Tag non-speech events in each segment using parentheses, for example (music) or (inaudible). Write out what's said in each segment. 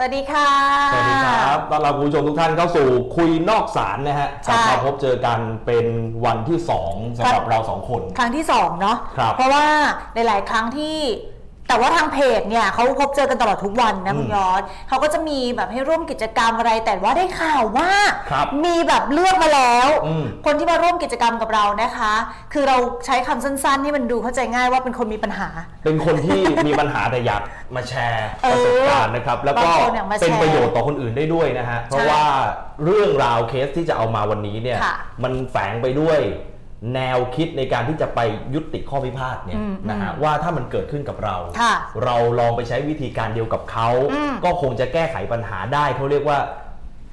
วัสดีค่ะ สวัสดีครับต้อนรับคุณผู้ชมทุกท่านเข้าสู่คุยนอกสารนะฮะ ใช่ กลับมาพบเจอกันเป็นวันที่สองสำคหรั รับบ เราสองคน ครั้งที่สองเนาะ ครับ เพราะว่าหลาย ๆ ครั้งที่ แต่ว่าทางเพจเนี่ยเขาพบเจอกันตลอดทุกวันนะ อืม คุณยอดเขาก็จะมีแบบให้ร่วมกิจกรรมอะไร แต่ว่าได้ข่าวว่า ครับ มีแบบเลือกมาแล้ว อืม คนที่มาร่วมกิจกรรมกับเรานะคะ คือเราใช้คำสั้น ๆ ที่มันดูเข้าใจง่ายว่าเป็นคนมีปัญหา เป็นคนที่ มีปัญหาแต่อยากมาแชร์ เออ ประสบการณ์นะครับ แล้วก็ บางคนเนี่ยมาแชร์ เป็นประโยชน์ต่อคนอื่นได้ด้วยนะฮะ เพราะว่าเรื่องราวเคสที่จะเอามาวันนี้เนี่ย ค่ะ มันแฝงไปด้วยแนวคิดในการที่จะไปยุติข้อพิพาทเนี่ย อืม นะฮะว่าถ้ามันเกิดขึ้นกับเรา ค่ะ เราลองไปใช้วิธีการเดียวกับเขา อืม ก็คงจะแก้ไขปัญหาได้เขาเรียกว่า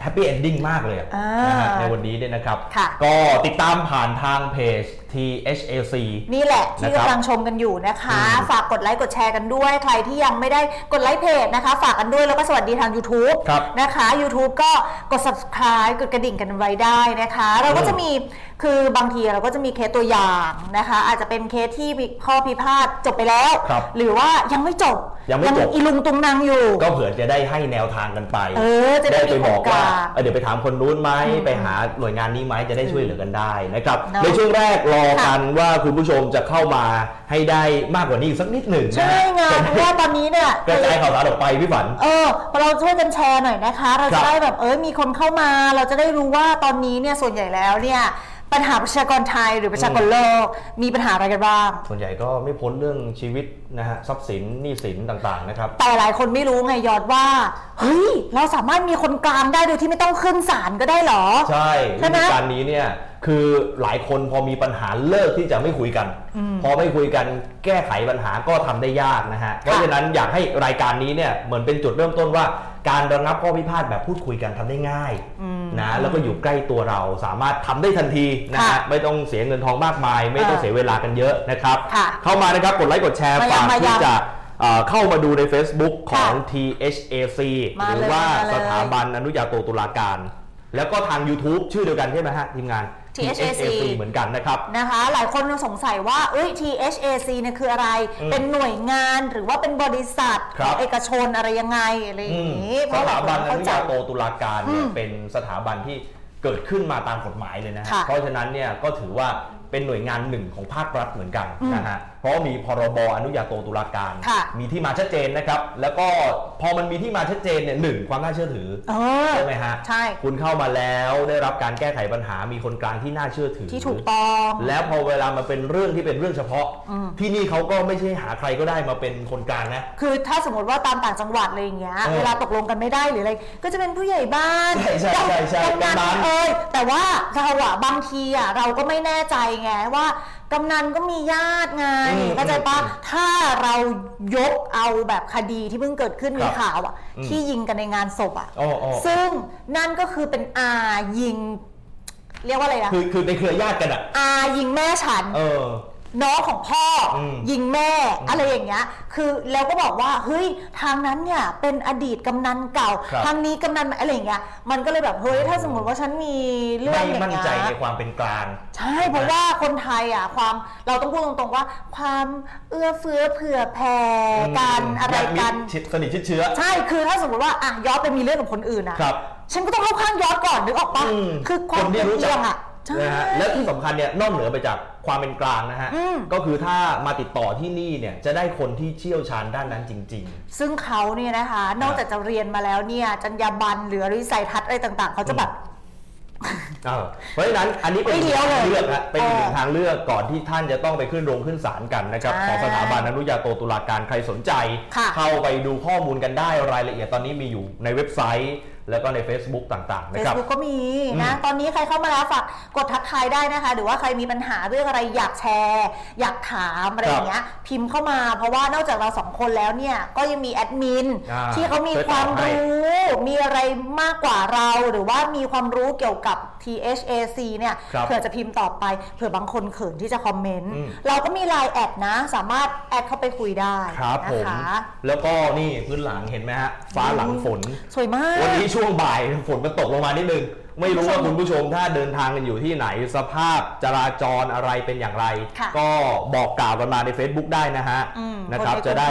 แฮปปี้เอนดิ้งมากเลยอะ อ่า ะฮะในวันนี้เนี่ยนะครับ ค่ะ ก็ติดตามผ่านทางเพจ THAC นี่แหละที่ นะครับ กำลังชมกันอยู่นะคะ อืม ฝากกดไลค์กดแชร์กันด้วย ใครที่ยังไม่ได้กดไลค์เพจนะคะ ฝากกันด้วยแล้วก็สวัสดีทาง YouTube ครับ นะคะ YouTube ก็กด subscribe กดกระดิ่งกันไว้ได้นะคะ เราก็ อืม จะมีคือบางทีเราก็จะมีเคสตัวอย่างนะคะ อาจจะเป็นเคสที่มีข้อพิพาทจบไปแล้ว ครับ หรือว่ายังไม่จบ ยังไม่จบ อีลุงตุงนางอยู่ ก็เผื่อจะได้ให้แนวทางกันไป เออ จะได้ ได้ไป มีโค บ ร องกว่า การ เออเดี๋ยวไปถามคนนู้นไหมไปหาหน่วยงานนี้ไหมจะได้ช่วยเหลือกันได้นะครับ เนอะ ในช่วงแรกรอกันว่าคุณผู้ชมจะเข้ามาให้ได้มากกว่านี้อีกสักนิดหนึ่งนะ ใช่ไง จะ เพ ได้ ราะว่าตอนนี้เนี่ย กระจายข่าวสารออกไปพี่ฝัน เออเราช่วยกันแชร์หน่อยนะคะ เรา ครั จะ บ ได้แบบเอ้ยมีคนเข้ามา เราจะได้รู้ว่าตอนนี้เนี่ยส่วนใหญ่แล้วเนี่ยปัญหาประชากรไทยหรือประชากร อืม โลก มีปัญหาอะไรกันบ้าง ส่วนใหญ่ก็ไม่พ้นเรื่องชีวิตนะฮะทรัพย์สินหนี้สินต่างๆนะครับ แต่หลายคนไม่รู้ไงยอดว่า เฮ้ย เราสามารถมีคนกลางได้โดยที่ไม่ต้องขึ้นศาลก็ได้เหรอ ใช่ ใช่ วิ ไหม ธีการนี้เนี่ยคือหลายคนพอมีปัญหาเลิกที่จะไม่คุยกัน พอไม่คุยกันแก้ไขปัญหาก็ทำได้ยากนะฮะ เพราะฉะนั้นอยากให้รายการนี้เนี่ยเหมือนเป็นจุดเริ่มต้นว่า การระงับข้อพิพาทแบบพูดคุยกันทำได้ง่ายนะแล้วก็อยู่ใกล้ตัวเราสามารถทำได้ทันทีนะ ค่ะ ฮะไม่ต้องเสียเงินทองมากมาย ไม่ต้อง เออ เสียเวลากันเยอะนะครับ ค่ะ เข้ามานะครับกดไลค์กดแชร์ มายัง ฝาก มายั ที่ ง จะเอ่อเข้ามาดูใน Facebook ของ ค่ะ THAC มา หรื เล อย ว่า มาเลย สถาบัน อนุญาโตตุลาการ แล้วก็ทาง YouTube ชื่อเดียวกันใช่ไหมฮะ ทีมงาน THAC เหมือนกันนะครับ นะคะ หลายคนสงสัยว่าเอ้ย THAC เนี่ยคืออะไร อืม เป็นหน่วยงานหรือว่าเป็นบริษัท ครับ เอกชนอะไรยังไงอะไรอย่างนี้เพ ส ระหล ถาย ค บัน ไม่ อ เข้ นุ ใจ ญาโตตุลาการเนี่ย อืม เป็นสถาบันที่เกิดขึ้นมาตามกฎหมายเลยนะฮะ ค่ะ เพราะฉะนั้นเนี่ยก็ถือว่าเป็นหน่วยงานหนึ่งของภาครัฐเหมือนกันนะฮะ เพราะมีพรบอนุญาโตตุลาการ ค่ะ มีที่มาชัดเจนนะครับ แล้วก็พอมันมีที่มาชัดเจนเนี่ยหนึ่งความน่าเชื่อถือ เออ ใช่ไหมฮะ ใช่ คุณเข้ามาแล้วได้รับการแก้ไขปัญหามีคนกลางที่น่าเชื่อถือ ที่ถูกต้อง แล้วพอเวลามันเป็นเรื่องที่เป็นเรื่องเฉพาะ ที่นี่เขาก็ไม่ใช่หาใครก็ได้มาเป็นคนกลางนะ คือถ้าสมมติว่าตามต่างจังหวัดอะไรอย่างเงี้ย เออ เวลาตกลงกันไม่ได้หรืออะไร ก็จะเป็นผู้ใหญ่บ้าน ใช่ใช่ใช่ใช่ กำ กำนั นัน น เอ่ยแต่ว่าเราอะบางทีอะเราก็ไม่แน่ใจไงว่ากำนันก็มีญาติไง อืม เข้าใจปะ อืม ถ้าเรายกเอาแบบคดีที่เพิ่งเกิดขึ้น ค มี รับ ข่าวอะ อืม ที่ยิงกันในงานศพอะ อ๋ออ๋อ ซึ่งนั่นก็คือเป็นอายิง เรียกว่าอะไรนะ คือคือในเครือญาติกันอ่ะ อายิงแม่ฉัน เออ น้องของพ่ออ ม ยิงแม่อะไรอย่างเงี้ย คือแล้วก็บอกว่าเฮ้ยทางนั้นเนี่ยเป็นอดีตกำนันเก่า ครับ ทางนี้กำนันอะไรอย่างเงี้ย มันก็เลยแบบเฮ้ยถ้าสมมติว่าฉันมีเรื่อง ไม่ อย่าง มั่น เงี้ ใจใน ย ความเป็นกลาง ใช่เพราะว่าคนไทยอ่ะความเราต้องพูดตรงๆว่า ความเอื้อเฟื้อเผื่อแผ่กัน ม อะไรกัน ญาติมิตรชิดสนิทชิดเชื้อ ใช่คือถ้าสมมติว่าอ่ะยอดไปมีเรื่องกับคนอื่นอ่ะ ครับ ฉันก็ต้องเข้าข้างยอดก่อนนึกออกปะ อืม คือความ คนที่รู้จัก เอียงอ่ะใช่ นะฮะและที่สำคัญเนี่ยนอกเหนือไปจากความเป็นกลางนะฮะ อืม ก็คือถ้ามาติดต่อที่นี่เนี่ยจะได้คนที่เชี่ยวชาญด้านนั้นจริง ซึ่งเขาเนี่ยนะคะ นอกจากจะเรียนมาแล้วเนี่ยจรรยาบรรณหรือวิสัยทัศน์อะไรต่าง ๆ เขาจะแบบ ๆเออเพราะฉะนั้นอันนี้เป็น ไม่เลี้ยวเลย ทางเลือกฮะเป็นอีกหนึ่ง เออ ทางเลือกก่อนที่ท่านจะต้องไปขึ้นโรงขึ้นศาลกันนะครับ ใช่ ของสถาบันอนุญาโตตุลาการใครสนใจ ค่ะ เข้าไปดูข้อมูลกันได้รายละเอียดตอนนี้มีอยู่ในเว็บไซต์ แล้วก็ใน Facebook ต่างๆ เฟ นะ ซ ครับ บุ๊กก็มีนะ อืม ตอนนี้ใครเข้ามาแล้วฝากกดทักทายได้นะคะ หรือว่าใครมีปัญหาเรื่องอะไรอยากแชร์ อยากถามอะไรอย่างเงี้ยพิมพ์เข้ามาเพราะว่านอกจากเราสองคนแล้วเนี่ยก็ยังมีแอดมิน อ่า ที่เขามีความรู้ มีอะไรมากกว่าเราหรือว่ามีความรู้เกี่ยวกับ THAC เนี่ย ครับ เผื่อจะพิมพ์ตอบไปเผื่อบางคนเขินที่จะคอมเมนต์ อืม เราก็มีไลน์แอดนะ สามารถแอดเข้าไปคุยได้ ครับผ นะ ม คะ แล้วก็นี่พื้นหลังเห็นไหมฮะ ฟ้าหลังฝน สวยมาก วันนี้ช ช่วงบ่ายฝนมันตกลงมานิดนึง ไม่รู้ว่าคุณผู้ชมถ้าเดินทางกันอยู่ที่ไหนสภาพจราจรอะไรเป็นอย่างไร ค่ะ ก็บอกกล่าวกันมาใน Facebook ได้นะฮะ อืม นะครับ คนในกรุงเทพ จะได้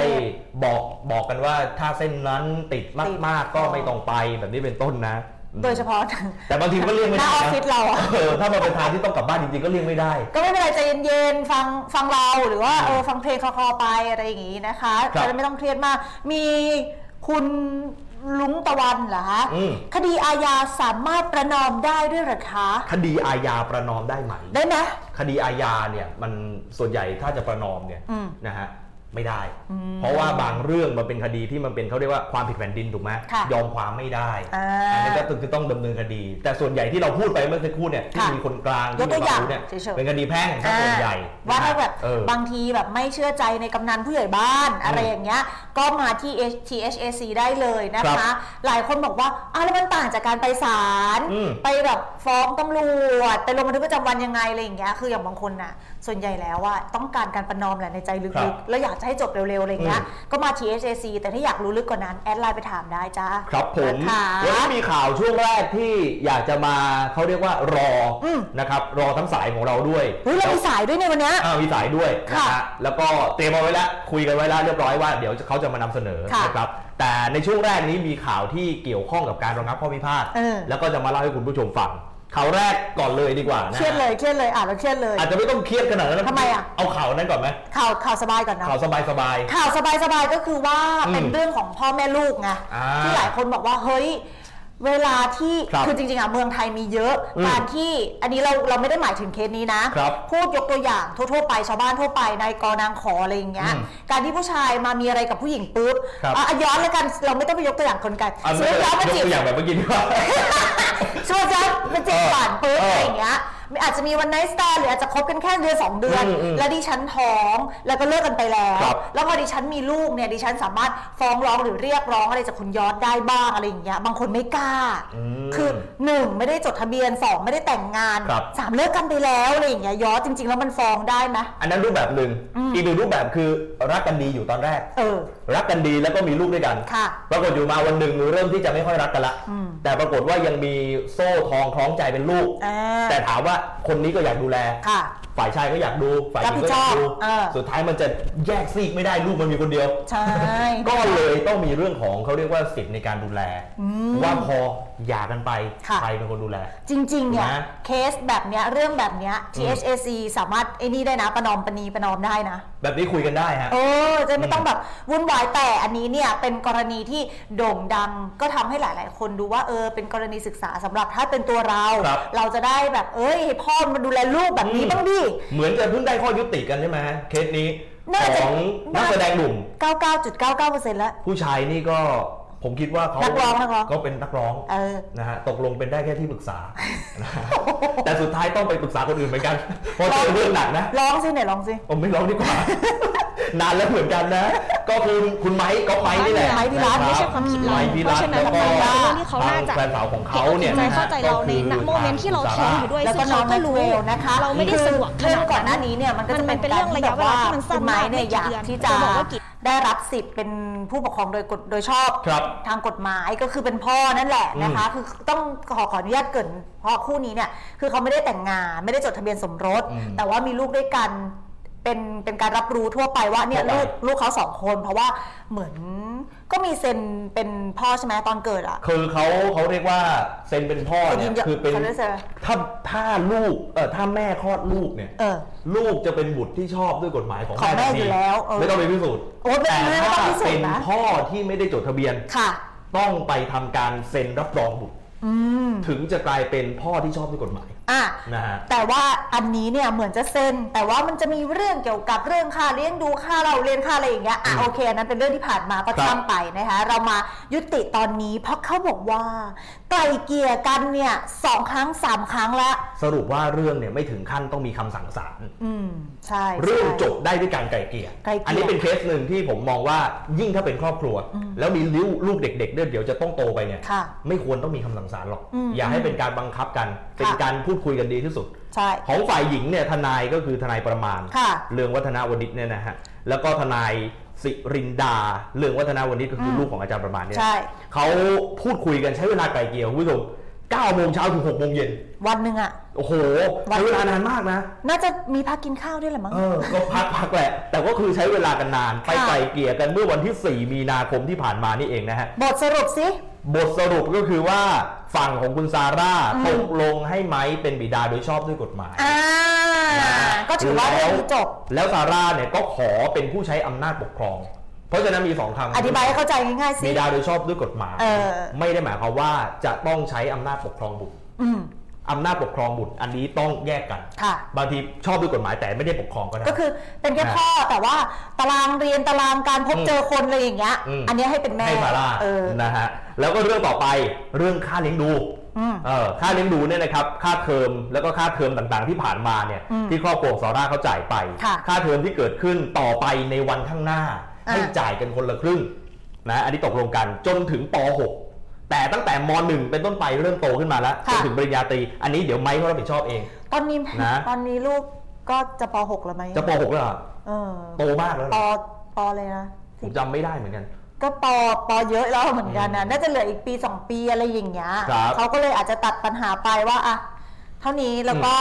บอกบอกกันว่าถ้าเส้นนั้นติดมาก ติด ๆ ก็ไม่ต้องไปแบบนี้เป็นต้นนะ โดยเฉพาะ (laughs) แต่บางทีก็เลี่ยงไม่ หน้า ได้ ออฟ นะ ฟิศเราอะ เออถ้ามันเป็นทางที่ต้องกลับบ้านจริงๆก็เลี่ยงไม่ได้ ก็ไม่เป็นไรใจเย็นๆฟังฟังเราหรือว่าเออฟังเพลงคลอๆไปอะไรอย่างนี้นะคะ ครับ จะได้ไม่ต้องเครียดมาก มีคุณลุงตะวันเหรอคะ อืม คดีอาญาสามารถประนอมได้ด้วยเหรอคะ คดีอาญาประนอมได้ไหม ได้ไหม คดีอาญาเนี่ยมันส่วนใหญ่ถ้าจะประนอมเนี่ย อืม นะฮะไม่ได้ เพราะว่าบางเรื่องมันเป็นคดีที่มันเป็นเขาเรียกว่าความผิดแผ่นดินถูกไหม ค่ะ ยอมความไม่ได้ อ่า อันนี้ก็คือต้องดำเนินคดี แต่ส่วนใหญ่ที่เราพูดไปเมื่อสักครู่เนี่ยที่ ค่ะ มีคนกลาง ย ที่ ก มี ตัว ค อ วา ย่าม ง รู้เนี่ย เฉยๆ เป็นคดีแพ่งซะส่วนใหญ่ อ่าว่าถ้าแบบ เออ บางทีแบบไม่เชื่อใจในกำนันผู้ใหญ่บ้านอะไร อืม อย่างเงี้ย ก็มาที่ H- THAC ได้เลยนะ ครั คะ บ หลายคนบอกว่าอ้าวแล้วมันต่างจากการไปศาล อืม ไปแบบฟ้องตำรวจไปลงบันทึกประจำวันยังไงอะไรอย่างเงี้ยคืออย่างบางคนน่ะ ส่วนใหญ่แล้วว่าต้องการการประนอมแหละในใจ ครั ลึ บ กๆ แล้วอยากจะให้จบเร็วๆอะไรอย่างเงี้ย อื ก็มา THAC แต่ถ้าอยากรู้ลึกกว่านั้น แอดไลน์ไปถามได้จ้า ครับผม นะคะ วันนี้มีข่าวช่วงแรกที่อยากจะมาเขาเรียกว่ารออ ม นะครับรอทั้งสายของเราด้วย เฮ้ยเรามีสายด้วยในยวันเนี้ย อ่ามีสายด้วยนะ ค่ะ ฮะแล้วก็เตรียมเอาไว้แล้วคุยกันไว้แล้วเรียบร้อยว่าเดี๋ยวเขาจะมานำเสนอ ค่ะ นะครับแต่ในช่วงแรกนี้มีข่าวที่เกี่ยวข้องกับการระงับข้อพิพาท เออ แล้วก็จะมาเล่าให้คุณผู้ชมฟังข่าวแรกก่อนเลยดีกว่านะ เครียดเลยเครียดเลยอ่านแล้วเครียดเลย อาจจะไม่ต้องเครียดขนาดนั้นน ทำไมอ่ะ เอาข่าวนั้นก่อนไหม ข่าวข่าวสบายก่อนเนาะ ข่าวสบายสบาย ข่าวสบายๆก็คือว่า อืม เป็นเรื่องของพ่อแม่ลูกไง อ่า ที่หลายคนบอกว่าเฮ้ยเวลาที่ ครับ อจริงๆอ่ะเมืองไทยมีเยอะ อืม การที่อันนี้เราเราไม่ได้หมายถึงเคสนี้นะครับ พูดยกตัวอย่างทั่วๆไปชาวบ้านทั่วไปนายกอนางขออะไรอย่างเงี้ย อืม การที่ผู้ชายมามีอะไรกับผู้หญิงปุ๊บ ครับ อ่ะอ่ะย้อนแล้วกันเราไม่ต้องไปยกตัวอย่างคนไกล อ่ะ สม ไม่ มติ เป็นไร ย้อนมายจีบกตัวอย่างแบบเมื่อกี้ดีกว่า (laughs) ชวนจะไปจีบฝันปุ๊บ เออ อะไรอย่างเงี้ยมันอาจจะมีวันไนท์สแตนหรืออาจจะคบกันแค่เดือนสองเดือน อืมอืม แล้วดิฉันท้องแล้วก็เลิกกันไปแล้ว ครับ แล้วพอดิฉันมีลูกเนี่ยดิฉันสามารถฟ้องร้องหรือเรียกร้องอะไรจากคุณยอดได้บ้างอะไรอย่างเงี้ยบางคนไม่กล้า อืม คือหนึ่งไม่ได้จดทะเบียนสองไม่ได้แต่งงาน ครับ สามเลิกกันไปแล้วอะไรอย่างเงี้ยยอดจริง ๆ แล้วมันฟ้องได้ไหม อันนั้นรูปแบบหนึ่งอีกหนึ่งรูปแบบคือรักกันดีอยู่ตอนแรก เออ รักกันดีแล้วก็มีลูกด้วยกัน ค่ะ ปรากฏอยู่มาวันหนึ่งเริ่มที่จะไม่ค่อยรักกันละ อืม แต่ปรากฏว่ายังมีโซ่ทองคล้องใจเป็นลูก อ่า แต่ถามว่าคนนี้ก็อยากดูแล ค่ะ ฝ่ายชายก็อยากดู ฝ่ายหญิงก็อยากรับผิดดูชอบเออ สุดท้ายมันจะแยกซีกไม่ได้ลูกมันมีคนเดียว ใช่ (laughs) ก็เลยต้องมีเรื่องของเขาเรียกว่าสิทธิ์ในการดูแล ว่าพอหย่ากันไป ค่ะ ใครเป็นคนดูแล จริงๆ เนี่ย นะ เคสแบบเนี้ยเรื่องแบบเนี้ย อืม THAC สามารถไอ้นี่ได้นะประนอมปณีประนอมได้นะ แบบนี้คุยกันได้ฮะ เออจะไม่ต้องแบบวุ่นวายแต่อันนี้เนี่ยเป็นกรณีที่โด่งดังก็ทำให้หลาย ๆ คนดูว่าเออเป็นกรณีศึกษาสำหรับถ้าเป็นตัวเรา ครับ เราจะได้แบบเอ้ยให้พ่อมาดูแลลูกแบบนี้ อืม บ้างดิ เหมือนจะเพิ่งได้ข้อยุติกันใช่ไหมฮะเคสนี้ น่าจะ ของนัก น่า แสดงหนุ่ม 99.99%แล้ว ผู้ชายนี่ก็ผมคิดว่าเขา นักร้องนักร้อง ก็เป็นนักร้อง เออ นะฮะตกลงเป็นได้แค่ที่ปรึกษา นะฮะแต่สุดท้ายต้องไปปรึกษาคนอื่นเหมือนกัน เพราะเจอเรื่องหนักนะ ร้องสิไหนร้องสิ ผมไม่ร้องดีกว่า (laughs) นานแล้วเหมือนกันนะ ก็คือคุณไม้ก็ไม้นี่แหละ ไม้พิรัตน์ ะบ ไม่ใช่ความผิดเรา ไม้พิรัตน์แล้วก็ เพราะฉะทางนั้นเรามองว่า แฟนสาวของเขาเนี่ย เห็น นะฮะใจเข้าใจเรา ก็คือ ในณโมเมนต์ที่เราท้องอยู่ด้วย แล้วก็ ซึ่ง น้อ เรา ง ก็ แม็ก รู้ เวลนะคะ เราไม่ได้ คือ สะดวกขนาดนั้น เรื่องก่อนหน้านี้เนี่ยมันก็จะ มันเป็น การ เรื่องระยะเวลาที่มันสั้น คุณไม้เนี่ย มาก อยาก ไม่กี่เดือน ที่จะ จะบอกว่ากี่ ได้รับสิทธิ์เป็นผู้ปกครองโดยกฎโดยชอบ ครับ ทางกฎหมายก็คือเป็นพ่อนั่นแหละนะคะ คือต้องขอขออนุญาตเกรินเพราะคู่นี้เนี่ยคือเขาไม่ได้แต่งงาน ไม่ได้จดทะเบียนสมรส อืม แต่ว่ามีลูกด้วยกันเป็นเป็นการรับรู้ทั่วไปว่าเนี่ย ทั่ ลู ว ก ไป ลูกเขาสองคนเพราะว่าเหมือนก็มีเซ็นเป็นพ่อใช่ไหมตอนเกิดอะ คือเขาเขาเรียกว่าเซ็นเป็นพ่อเนี่ย ยอม คือเป็น เขาเรียกเซ็น ถ้าถ้าลูกเออถ้าแม่คลอดลูกเนี่ย เออ ลูกจะเป็นบุตรที่ชอบด้วยกฎหมายของ ของแม่ ทันที อยู่แล้วเออ ไม่ต้องไปพิสูจน์ โอ้ไม่ แต่ ไม่ ถ้า ต้องพิสูจน์ เป็น นะ พ่อที่ไม่ได้จดทะเบียน ค่ะ ต้องไปทำการเซ็นรับรองบุตร อืม ถึงจะกลายเป็นพ่อที่ชอบด้วยกฎหมาย อ่ะ นะฮะ แต่ว่าอันนี้เนี่ยเหมือนจะเซ็นแต่ว่ามันจะมีเรื่องเกี่ยวกับเรื่องค่าเลี้ยงดูค่าเราเรียนค่าอะไรอย่างเงี้ยอ่ะ อืม โอเคอันนั้นเป็นเรื่องที่ผ่านมาก็ ครับ ช่างไปนะคะเรามายุติตอนนี้ เพราะเขาบอกว่าไกลเกลี่ยกันเนี่ยสองครั้งสามครั้งละ สรุปว่าเรื่องเนี่ยไม่ถึงขั้นต้องมีคำสั่งศาล อืมใช่ เรื่อง ใช่ จบได้ด้วยการไกล่เกลี่ย ไกล่เกลี่ย อันนี้เป็นเคสหนึ่งที่ผมมองว่ายิ่งถ้าเป็นครอบครัว แล้วมีลูกลูกเด็กๆด้วยเดี๋ยวจะต้องโตไปเนี่ย ค่ะ ไม่ควรต้องมีคำสั่งศาลหรอก อืม อย่าให้เป็นการบังคับกันเป็น ค่ะ การพูดคุยกันดีที่สุด ใช่ ของฝ่ายหญิงเนี่ยทนายก็คือทนายประมาณ ค่ะ เรืองวัฒนาวดิษฐ์เนี่ยนะฮะ แล้วก็ทนาย สิรินดา เรื่องวัฒนาวณิชก็คืออ ม ลูกของอาจารย์ประมาณเนี่ย ใช่ เขาพูดคุยกันใช้เวลาไกลเกลี่ยคุณผู้ชม9โมงเช้าถึง6โมงเย็น วันหนึ่งอ่ะ โอ้โห วัน ใช้เวลานานมากนะ น่าจะมีพักกินข้าวด้วยแหละมั้ง เออก็พักพักแหละ แต่ก็คือใช้เวลากันนาน ไป ค่ะ ไกลเกลี่ยกันเมื่อวันที่ 4 มีนาคมที่ผ่านมานี่เองนะฮะ บทสรุปสิ บทสรุปก็คือว่าฝั่งของคุณซาร่า อืม ตกลงให้ไม้เป็นบิดาโดยชอบด้วยกฎหมาย อ่า ก็ถือว่าเรื่องนี้จบ แล้วแล้วซาร่าเนี่ยก็ขอเป็นผู้ใช้อำนาจปกครอง เพราะฉะนั้นมีสองคำ อธิบายให้เข้าใจง่ายๆสิ บิดาโดยชอบด้วยกฎหมาย เออ ไม่ได้หมายความว่าจะต้องใช้อำนาจปกครองบุตร อืม อำนาจปกครองบุตรอันนี้ต้องแยกกัน ค่ะ บางทีชอบด้วยกฎหมายแต่ไม่ได้ปกครองก็ได้ ก็คือเป็นแค่ อ่า พ่อแต่ว่าตารางเรียนตารางการพบ อืม เจอคนอะไรอย่างเงี้ย อืม อันเนี้ยให้เป็นแม่ ให้ซาร่า เออ นะฮะแล้วก็เรื่องต่อไปเรื่องค่าเลี้ยงดู อืม เออค่าเลี้ยงดูเนี่ยนะครับค่าเทอมแล้วก็ค่าเทอมต่างๆที่ผ่านมาเนี่ย อืม ที่ครอบครัวของซาร่าเขาจ่ายไป ค่ะ ค่าเทอมที่เกิดขึ้นต่อไปในวันข้างหน้า อ่า ให้จ่ายกันคนละครึ่งนะอันนี้ตกลงกันจนถึงป .6 แต่ตั้งแต่ม .1 เป็นต้นไปเริ่มโตขึ้นมาแล้วจนถึงปริญญาตรีอันนี้เดี๋ยวไมค์เขารับผิดชอบเอง ตอนนี้ นะ (laughs) ตอนนี้ลูกก็จะป .6 แล้วไหม จะป .6 แล้วเหรอ เออ โตมากแล้วเห ป รอ ปเลยนะ ผ สิ มจำไม่ได้เหมือนกัน ก็ปปเยอะแล้วเหมือนกันนะน่าจะเหลืออีกปีสองปีอะไรอย่างเงี้ย ครับ เขาก็เลยอาจจะตัดปัญหาไปว่าอะเท่านี้แล้วก็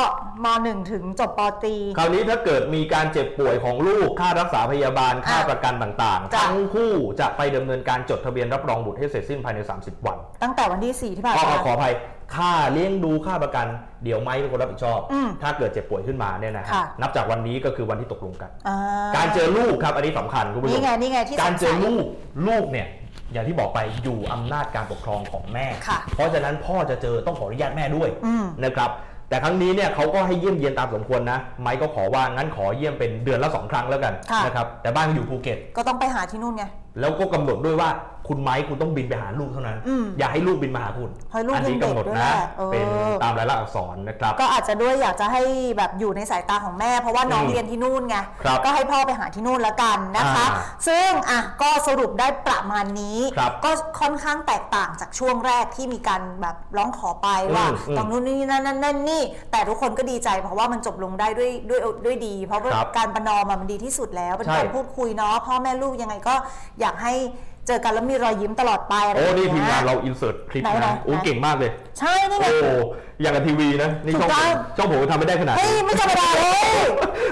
มหนึ่งถึงจบปตรี คราวนี้ถ้าเกิดมีการเจ็บป่วยของลูกค่ารักษาพยาบาล อ่ะ ค่าประกันต่างๆ จ้ะ ทั้งคู่จะไปดำเนินการจดทะเบียนรับรองบุตรให้เสร็จสิ้นภายใน 30 วัน ตั้งแต่วันที่สี่ที่ผ่าน ขอ มา ขออภัย ค่าเลี้ยงดูค่าประกัน เดี๋ยวไม้เป็นคนรับผิดชอบ อืม ถ้าเกิดเจ็บป่วยขึ้นมาเนี่ยนะฮะ ค่ะ นับจากวันนี้ก็คือวันที่ตกลงกัน อ่ การเจอลูกครับ อันนี้สำคัญคุณผู้ช นี่ ม ไงนี่ไงที่ การเจสงอสัย ลูกลูกเนี่ยอย่างที่บอกไปอยู่อำนาจการปกครองของแม่ ค่ะ เพราะฉะนั้นพ่อจะเจอต้องขออนุญาตแม่ด้วย อืม นะครับ แต่ครั้งนี้เนี่ยเขาก็ให้เยี่ยมเยียนตามสมควรนะ ไม้ก็ขอว่างั้นขอเยี่ยมเป็นเดือนละสองครั้งแล้วกันนะครับแต่บ้านอยู่ภูเก็ต ก็ต้องไปหาที่นู่นไง แล้วก็กำหนดด้วยว่าคุณไม้คุณต้องบินไปหาลูกเท่านั้น อืม อย่าให้ลูกบินมาหาคุณ ให้ลูก อันี้กำหนด ยังเด็กด้วยแห นะ ละเออ เป็นตามรายลักษณ์อักษรนะครับ ก็อาจจะด้วยอยากจะให้แบบอยู่ในสายตาของแม่ เพราะว่าน้อง อืม เรียนที่นู่นไง ครับ ก็ให้พ่อไปหาที่นู่นละกันนะคะ อ่า ซึ่งอ่ะก็สรุปได้ประมาณนี้ ครับ ก็ค่อนข้างแตกต่างจากช่วงแรกที่มีการแบบร้องขอไปว่า อืมอืม ตรงนู้นนี่นั่นนั่นนั่นนี่ แต่ทุกคนก็ดีใจเพราะว่ามันจบลงได้ด้วยด้วยด้วยดี เพราะว่า ครับ การประนอมอะมันดีที่สุดแล้วเป็น ใช่ การพูดคุยเนาะพ่อแม่ลูกยังไงก็อยากให้เจอกันแล้วมีรอยยิ้มตลอดไปอะไร โอ้ อย่าง นี่ทีม เงี้ งาน ย เราอินเสิร์ตคลิป ไหน นะ ๆ โอ้ ไหน เก่งมากเลย ใช่นี่ไง โอ้อย่างกับทีวีนะ นี่ช่องผ ถูกต้องมช่องผมทำไม่ได้ขนาด เฮ้ย นี้ ไม่ธรรมดาเลย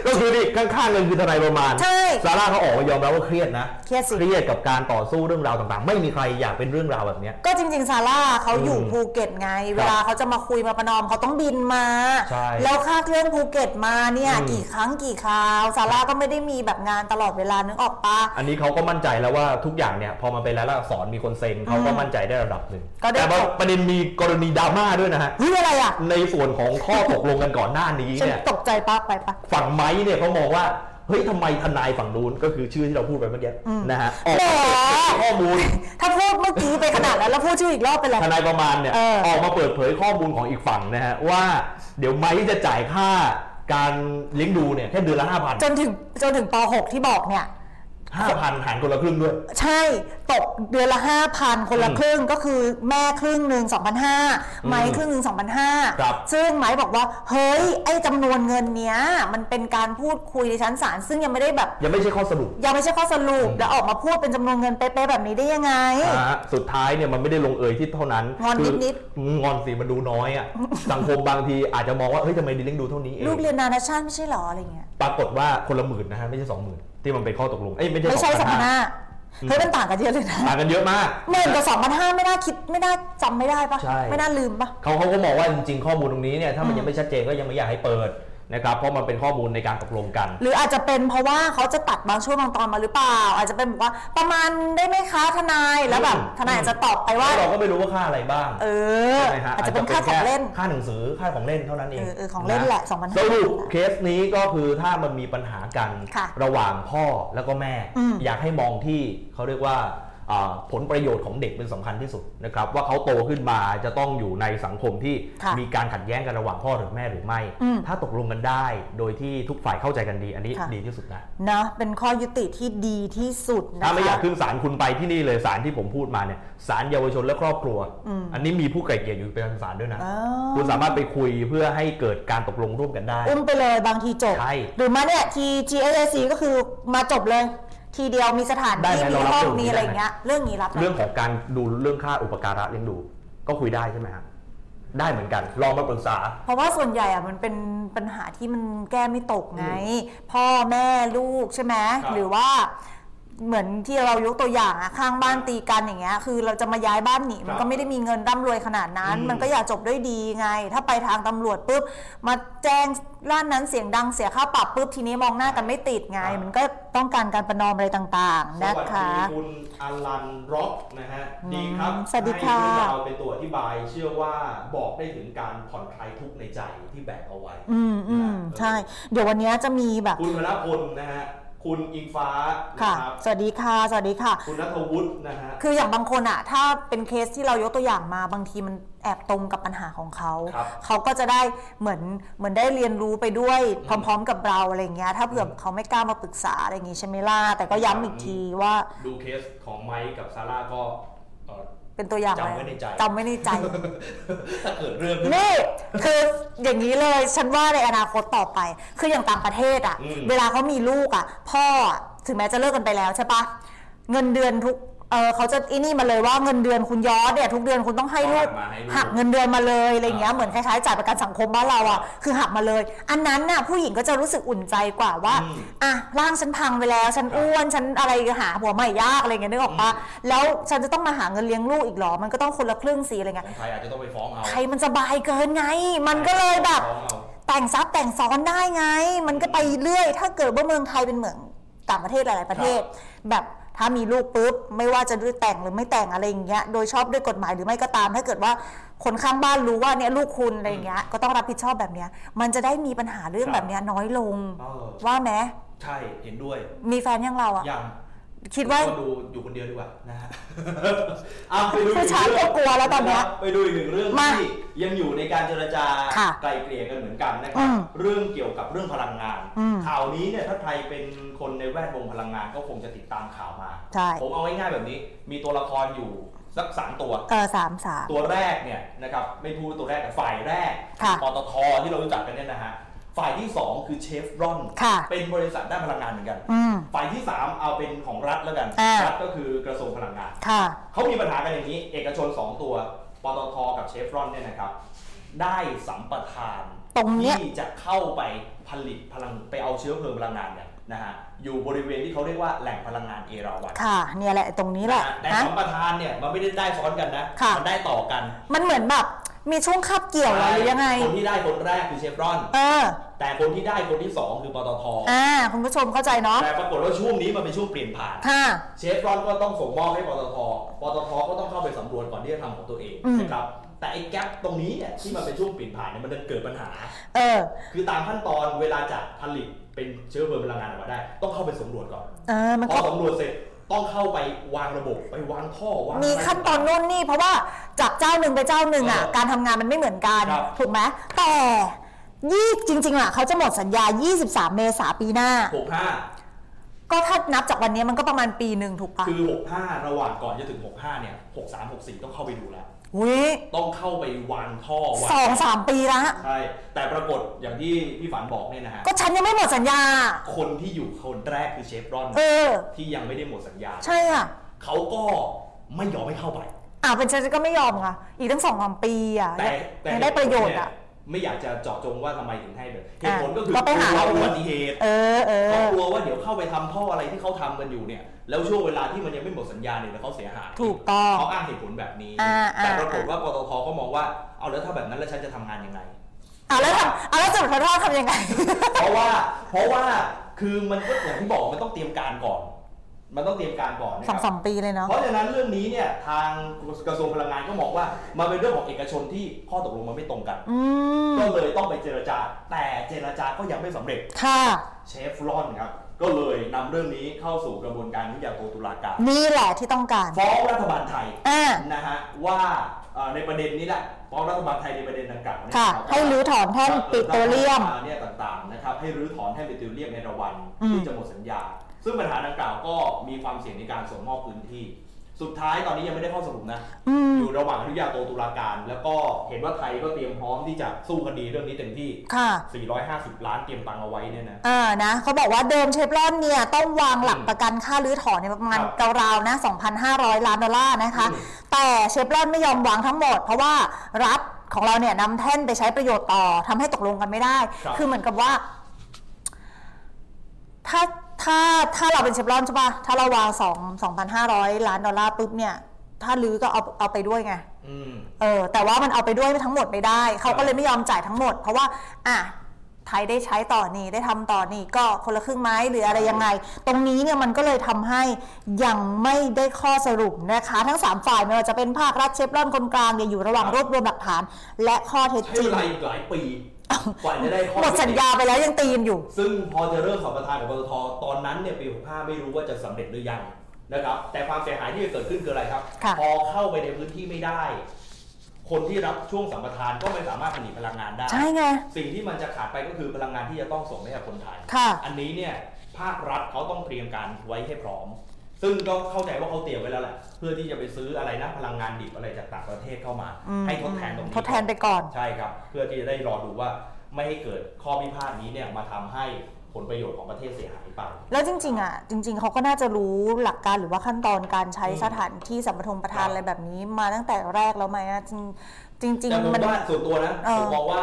ก็คือนี่ข้างๆเงินคือทนายประมาณ ใช่ ซาร่าเขาออกมายอมรับว่าเครียดนะ เครียดสิ เครียดกับการต่อสู้เรื่องราวต่างๆ ไม่มีใครอยากเป็นเรื่องราวแบบเนี้ย ก็จริง ๆ ซาร่าเขาอยู่ อืม ภูเก็ตไง เวลาเขาจะมาคุยมาประนอมเขาต้องบินมา ใช่ แล้วค่าเครื่องภูเก็ตมาเนี่ย อืม กี่ครั้งกี่คราวซาร่าก็ไม่ได้มีแบบงานตลอดเวลานึกออกปะ อันนี้เขาก็มั่นใจแล้วว่าทุกอย่างเนี่ยพอมาเป็นรายลักษณ์อักษรมีคนเซ็นเขาก็มั่นใจได้ระดับหนึ่ง ก็ได้ แต่ว่าประเด็นมีกรณีดราม่าด้วยนะฮะ เฮ้ยอะไรอ่ะ ในส่วนของข้อตกลงกันก่อนหน้านี้ ฉัน เนี่ย ตกใจปะไปปะ ฝั่งไม้เนี่ยเขามองว่าเฮ้ยทำไมทนายฝั่งนู้นก็คือชื่อที่เราพูดไปเมื่อกี้ อืม นะฮะออกมาเปิดเผยข้อมู (laughs) ล ถ้าพูดเมื่อกี้ไปขนาดนั้นแล้วพูดชื่ออีกรอบไปเลย ทนายประมาณเนี่ย เออ ออกมาเปิดเผยข้อมูลของอีกฝั่งนะฮะว่าเดี๋ยวไม้จะจ่ายค่าการเลี้ยงดูเนี่ยแค่เดือนละห้าพัน จนถึงจนถึงป .6 ที่บอกเนี่ย ห้าพันหารคนละครึ่งด้วย ใช่ตกเดือนละ 5,000 คนละ อืม ครึ่งก็คือแม่ครึ่งหนึ่ง2,500 ไม้ครึ่งหนึ่ง2,500 ครับ ซึ่งไม้บอกว่า เฮ้ย ไอ้จำนวนเงินเนี้ย มันเป็นการพูดคุยในชั้นศาลซึ่งยังไม่ได้แบบ ยังไม่ใช่ข้อสรุป ยังไม่ใช่ข้อสรุป อืม แล้วออกมาพูดเป็นจำนวนเงินเป๊ะๆแบบนี้ได้ยังไง นะฮะสุดท้ายเนี่ยมันไม่ได้ลงเอยที่เท่านั้น งอน คื นิด งอนสิมันดูน้อยอ่ะ (laughs) สังคมบางทีอาจจะมองว่าเฮ้ยทำไมเลี้ยงดูเท่านี้เอง ลูกเรียนนานาชาติไม่ใช่หรออะไรเงี้ย ปรากฏว่าคนละหมื่นนะฮะไม่ใช่สองหมื่นที่มันเป็นข้อตกลงเอ้ยไม่ใช่ ไม่ใช่ 2,500 2,500เฮ้ยมันต่างกันเยอะเลยนะ ต่างกันเยอะมาก หมื่นกับ2,500ไม่น่าคิดไม่น่าจำไม่ได้ปะ ใช่ ไม่น่าลืมปะ เขาเขาก็มองว่าจริงๆ ข้อมูลตรงนี้เนี่ยถ้ามันยังไม่ชัดเจนก็ยังไม่อยากให้เปิดนะครับเพราะมันเป็นข้อมูลในการตกลงกัน หรืออาจจะเป็นเพราะว่าเขาจะตัดบางช่วงบางตอนมาหรือเปล่า อาจจะเป็นบอกว่าประมาณได้ไหมคะทนายแล้วแบบ อืม ทนายอาจจะตอบไปว่า แล้วเราก็ไม่รู้ว่าค่าอะไรบ้าง เออ ใช่ไหมฮะ อาจจะเป็นค่าของเล่น ค่าหนังสือค่าของเล่นเท่านั้นเอง เออเออของเล่นแหละ2,500 สรุปเคสนี้ก็คือถ้ามันมีปัญหากัน ค่ะ ระหว่างพ่อแล้วก็แม่ อืม อยากให้มองที่เขาเรียกว่าอ่าผลประโยชน์ของเด็กเป็นสำคัญที่สุดนะครับว่าเขาโตขึ้นมาจะต้องอยู่ในสังคมที่ ค่ะ มีการขัดแย้งกันระหว่างพ่อหรือแม่หรือไม่ อืม ถ้าตกลงกันได้ โดยที่ทุกฝ่ายเข้าใจกันดี อันนี้ ค่ะ ดีที่สุดนะ นะเป็นข้อยุติที่ดีที่สุดนะคะ ถ้าไม่อยากขึ้นศาลคุณไปที่นี่เลยศาลที่ผมพูดมาเนี่ยศาลเยาวชนและครอบครัว อืม อันนี้มีผู้ไกล่เกลี่ยอยู่เป็นศาลด้วยนะ อ๋อ คุณสามารถไปคุยเพื่อให้เกิดการตกลงร่วมกันได้ อุ้มไปเลยบางทีจบ ใช่ หรือมาเนี่ยที GAC ก็คือมาจบเลย ทีเดียวมีสถาน ได้ ที่มีไหมเรารับ ห้อง เรื่องนี้ มีอะไร ได้ไหม เงี้ยเรื่องนี้รับไหม เรื่องของการดูเรื่องค่าอุปการะเลี้ยงดู ก็คุยได้ใช่ไหมฮะได้เหมือนกันลองมาปรึกษา เพราะว่าส่วนใหญ่อะมันเป็นปัญหาที่มันแก้ไม่ตกไง พ่อแม่ลูกใช่ไหม ครับ หรือว่าเหมือนที่เรายกตัวอย่างอะข้างบ้านตีกันอย่างเงี้ยคือเราจะมาย้ายบ้านหนีมัน ครับ ก็ไม่ได้มีเงินร่ำรวยขนาดนั้น อืม มันก็อยากจบด้วยดีไง ถ้าไปทางตำรวจปุ๊บมาแจ้งร้านนั้นเสียงดังเสียค่าปรับปุ๊บทีนี้มองหน้ากันไม่ติดไง ครับ มันก็ต้องการการประนอมอะไรต่างๆนะคะ สวัสดีคุณอลันร็อกนะฮะ อืม ดีครับ สวัสดีค่ะ ให้เรื่องราวเป็นตัวอธิบาย เชื่อว่าบอกได้ถึงการผ่อนคลายทุกข์ในใจที่แบกเอาไว้ อืมอืมใช่ เดี๋ยววันเนี้ยจะมีแบบ คุณธนพลนะฮะคุณอิงฟ้า ค่ะ นรับ สวัสดีค่ะสวัสดีค่ะ คุณนัทวุฒินะฮะ คืออย่างบางคนอะถ้าเป็นเคสที่เรายกตัวอย่างมาบางทีมันแอบตรงกับปัญหาของเขา ครับ เขาก็จะได้เหมือนเหมือนได้เรียนรู้ไปด้วยพร้อมๆกับเราอะไรอย่างเงี้ยถ้าเผื่อเขาไม่กล้ามาปรึกษาอะไรอย่างงี้ใช่ไหมล่ะแต่ก็ย้ำ ครับ อีกทีว่า ดูเคสของไมค์กับซาร่าก็เอ่อ เป็นตัวอย่าง จำไว้ในใจ จำไว้ในใจ ถ้าเกิดเรื่อง นี่คืออย่างนี้เลยฉันว่าในอนาคตต่อไป คืออย่างต่างประเทศอะ อืม เวลาเขามีลูกอะพ่ออะถึงแม้จะเลิกกันไปแล้วใช่ปะเงินเดือนทุกเออเขาจะไอินี่มาเลยว่าเงินเดือนคุณย้อนเนี่ยทุกเดือนคุณต้องให้ลูก หักมาให้ลูก หักเงินเดือนมาเลยอะไรอย่างเงี้ย อ่า เหมือนคล้ายๆจ่ายประกันสังคมบ้านเราอะคือหักมาเลย อันนั้นน่ะผู้หญิงก็จะรู้สึกอุ่นใจกว่าว่า อืม อ่ะร่างฉันพังไปแล้ว ฉัน ครับ อ้วนฉันอะไรหาหัวใหม่ยากอะไรเงี้ยนึกออกปะ อื แล้วฉันจะต้องมาหาเงินเลี้ยงลูกอีกเหรอมันก็ต้องคนละครึ่งสีอะไรเงี้ย ของไทยอาจจะต้องไปฟ้องเอา ไทยมันสบายเกินไง มันก็เลยแบบ ฟ้องเอา แต่งซับแต่งซ้อนได้ไง มันก็ไปเรื่อย ถ้าเกิดว่าเมืองไทยเป็นเหมืองต่างประเทศหลาย ๆ ประเทศ แบบถ้ามีลูกปุ๊บ ไม่ว่าจะด้วยแต่งหรือไม่แต่งอะไรอย่างเงี้ย โดยชอบด้วยกฎหมายหรือไม่ก็ตาม ถ้าเกิดว่าคนข้างบ้านรู้ว่าเนี่ยลูกคุณอะไรอย่างเงี้ย ก็ต้องรับผิดชอบแบบเนี้ย มันจะได้มีปัญหาเรื่อง ครับ แบบเนี้ยน้อยลง เออ ว่าไหม ใช่เห็นด้วย มีแฟนยังเราอะ ยัง คิดว่า ก็ดูอยู่คนเดียวดีกว่านะ (laughs) ฮะ เอาไปดู ผู้ชายก็กลัวแล้วตอนเนี้ย ะครับไปดูอีกหนึ่งเรื่อง มา ที่ยังอยู่ในการเจรจา ค่ะ ไกลเกลี่ยกันเหมือนกันนะครั อื บ ม เรื่องเกี่ยวกับเรื่องพลังงาน อืม ข่าวนี้เนี่ยถ้าใครเป็นคนในแวดวงพลังงานก็คงจะติดตามข่าวมา ใช่ ผมเอาง่ายๆแบบนี้ มีตัวละครอยู่สักสามตัว เออสามสาม ตัวแรกเนี่ยนะครับไม่พูดว่าตัวแรกแต่ฝ่ายแรก ค่ะ ปตทที่เรารู้จักกันเนี่ยนะฮะฝ่ายที่ 2 คือเชฟรอน ค่ะ เป็นบริษัทด้านพลังงานเหมือนกัน อืม ฝ่ายที่ 3 เอาเป็นของรัฐแล้วกัน อ่า รัฐก็คือกระทรวงพลังงาน ค่ะ เขามีปัญหากันอย่างนี้ เอกชน 2 ตัวปตทกับเชฟรอนเนี่ยนะครับ ได้สัมปทาน ตรงเนี้ย ที่จะเข้าไปผลิตพลังไปเอาเชื้อเพลิงพลังงานเนี่ยนะฮะอยู่บริเวณที่เขาเรียกว่าแหล่งพลังงานเอราวัณ ค่ะ เนี่ยแหละตรงนี้แหละ นะฮะแต่ นะ สัมปทานเนี่ยมันไม่ได้ได้ซ้อนกันนะ ค่ะ มัได้ต่อกัน มันเหมือนแบบมีช่วงคาบเกี่ยวอะหรือยังไง คนที่ได้คนแรกคือเชฟรอน เออ แต่คนที่ได้คนที่สองคือปตท อ่า คุณผู้ชมเข้าใจเนาะ แต่ปรากฏว่าช่วงนี้มันเป็นช่วงเปลี่ยนผ่าน ค่ะ เชฟรอนก็ต้องส่งมอบให้ปตท ปตทก็ต้องเข้าไปสำรวจก่อนที่จะทำของตัวเอง อืม นะครับ แต่ไอ้แก๊ปตรงนี้เนี่ยที่มันเป็นช่วงเปลี่ยนผ่านเนี่ยมันจะเกิดปัญหา เออ คือตามขั้นตอนเวลาจะผลิตเป็นเชื้อเพลิงพลังงานออกมาได้ ต้องเข้าไปสำรวจก่อน เออ มัน พอ ก็ สำรวจเสร็จต้องเข้าไปวางระบบไปวางท่อวาง มี อะไร ขั้นตอนนู่นนี่ เพราะว่าจากเจ้าหนึ่งไปเจ้าหนึ่งอ่ะ เออ การทำงานมันไม่เหมือนกัน ครับ ถูกไหมแต่ยี่จริง ๆ อ่ะ เขาจะหมดสัญญา 23 เมษาปีหน้า หกห้า ก็ถ้านับจากวันนี้มันก็ประมาณปีหนึ่งถูกปะ คือ 65 ระหว่างก่อนจะถึง 65 เนี่ย 63 64 ต้องเข้าไปดูแล้ว อุ้ย ต้องเข้าไปวางท่อวาง สองสามปีละ ใช่ แต่ปรากฏอย่างที่พี่ฝันบอกเนี่ยนะฮะ ก็ฉันยังไม่หมดสัญญา คนที่อยู่คนแรกคือเชฟรอน เออ ที่ยังไม่ได้หมดสัญญา ใช่อ่ะ เขาก็ไม่ยอมให้เข้าไป อ่าเป็นฉันก็ไม่ยอมค่ะอีกตั้งสองสามปีอ่ะ แต่แต่ ยังได้ประโยชน์อ่ะ เไม่อยากจะเจาะจงว่าทำไมถึงให้แบบเหตุผลก็คือ ก็ไปหา กลัวอุบัติเหตุ เออเออ เขากลัวว่าเดี๋ยวเข้าไปทำท่ออะไรที่เขาทำกันอยู่เนี่ย แล้วช่วงเวลาที่มันยังไม่หมดสัญญาเนี่ยเดี๋ยวเขาเสียหาย ถูกต้อง เขาอ้างเหตุผลแบบนี้ อ่าอ่า แต่ปรากฏว่าปตทก็มองว่า เอาแล้วถ้าแบบนั้นแล้วฉันจะทำงานยังไง อ่ะแล้วทำอ่ะแล้วสรุปทอดทำยังไง (laughs) เพราะว่า เพราะว่า คือมันก็อย่างที่บอกมันต้องเตรียมการก่อน มันต้องเตรียมการก่อนนะ สอง ค สา รับ มปีเลยเนาะ เพราะฉะนั้นเรื่องนี้เนี่ยทางกระทรวงพลังงานก็มองว่า มันเป็นเรื่องของเอกชนที่ข้อตกลงมันไม่ตรงกัน อืม ก็เลยต้องไปเจรจา แต่เจรจาก็ยังไม่สำเร็จ ค่ะ เชฟรอนครับ ก็เลยนำเรื่องนี้เข้าสู่กระบวนการนิยาโตตุลาการ นี่แหละที่ต้องการ ฟ้องรัฐบาลไทย อ่า นะฮะว่าเอ่อในประเด็นนี้แหละฟ้องรัฐบาลไทยในประเด็นดังกล่าวเนี่ย ค่ะ นะครับ ให้รื้อถอนแท่นปิโตรเลียม ราคาเนี่ยต่างๆนะครับให้รื้อถอนแท่นปิโตรเลียมในระวัน อืม ที่จะหมดสัญญา ซึ่งปัญหาดังกล่าวก็มีความเสี่ยงในการส่งมอบพื้นที่ สุดท้ายตอนนี้ยังไม่ได้ข้อสรุปนะ อืม อยู่ระหว่างอนุญาโตตุลาการ แล้วก็เห็นว่าไทยก็เตรียมพร้อมที่จะสู้คดีเรื่องนี้เต็มที่ ค่ะ 450 ล้านเตรียมตังเอาไว้เนี่ยนะ อ่านะเขาบอกว่าเดิมเชฟรอนเนี่ย ต้องวางหลักประกันค่ารื้อถอนในยประมาณ ครับ ราวๆนะ 2,500 ล้านดอลลาร์นะคะ อืม แต่เชฟรอนไม่ยอมวางทั้งหมด เพราะว่ารัฐของเราเนี่ยนำแท่นไปใช้ประโยชน์ต่อทำให้ตกลงกันไม่ได้ ครับ คือเหมือนกับว่า ถ้าถ้าถ้าเราเป็นเชฟรอนใช่ปะถ้าเราวาง2 2,500 ล้านดอลลาร์ปุ๊บเนี่ย ถ้ารื้อก็เอาเอาไปด้วยไง อืม เออแต่ว่ามันเอาไปด้วยทั้งหมดไม่ได้ เขา ครั ก็ บ เลยไม่ยอมจ่ายทั้งหมด เพราะว่าอ่ะไทยได้ใช้ต่อนี่ได้ทำต่อนี่ก็คนละครึ่งไหม้หรืออะไรยังไง ตรงนี้เนี่ยมันก็เลยทำให้ยังไม่ได้ข้อสรุปนะคะ ทั้ง 3 ฝ่ายไม่ว่าจะเป็นภาครัฐเชฟรอนคนกลางเนี่ยอยู่ระหว่างรวบรวมหลักฐาน และข้อเท็จ ใช้ จริ เว ง ลาอีกหลายปีกว่าจะได้ข้อ หมดสัญญาไปแล้วยังตีกันอยู่ ซึ่งพอจะเริ่มสัมปทานกับปตทตอนนั้นเนี่ยปี65ไม่รู้ว่าจะสำเร็จหรือยังนะครับ แต่ความเสียหายที่จะเกิดขึ้นคืออะไรครับ ค่ะ พอเข้าไปในพื้นที่ไม่ได้ คนที่รับช่วงสัมปทานก็ไม่สามารถผลิตพลังงานได้ ใช่ไง สิ่งที่มันจะขาดไปก็คือพลังงานที่จะต้องส่งให้กับคนไทย ค่ะ อันนี้เนี่ยภาครัฐเขาต้องเตรียมการไว้ให้พร้อม ซึ่งก็เข้าใจว่าเขาเตรียมไว้แล้วแหละเพื่อที่จะไปซื้ออะไรนะพลังงานดิบอะไรจากต่างประเทศเข้ามา อืม ให้ทดแทนตรงนี้ ทดแทนไปก่อน ใช่ครับ เพื่อที่จะได้รอดูว่าไม่ให้เกิดข้อพิพาทนี้เนี่ยมาทำให้ผลประโยชน์ของประเทศเสียหายไป แล้วจริงๆอ่ะจริง ๆเขาก็น่าจะรู้หลักการหรือว่าขั้นตอนการใช้ อืม สถานที่สัมปทงประธานครับ อะไรแบบนี้มาตั้งแต่แรกแล้วไหมอะจริงจริง แต่ผ ๆ ม มัน ว่าส่วนตัวนะ เออ ผมมองว่า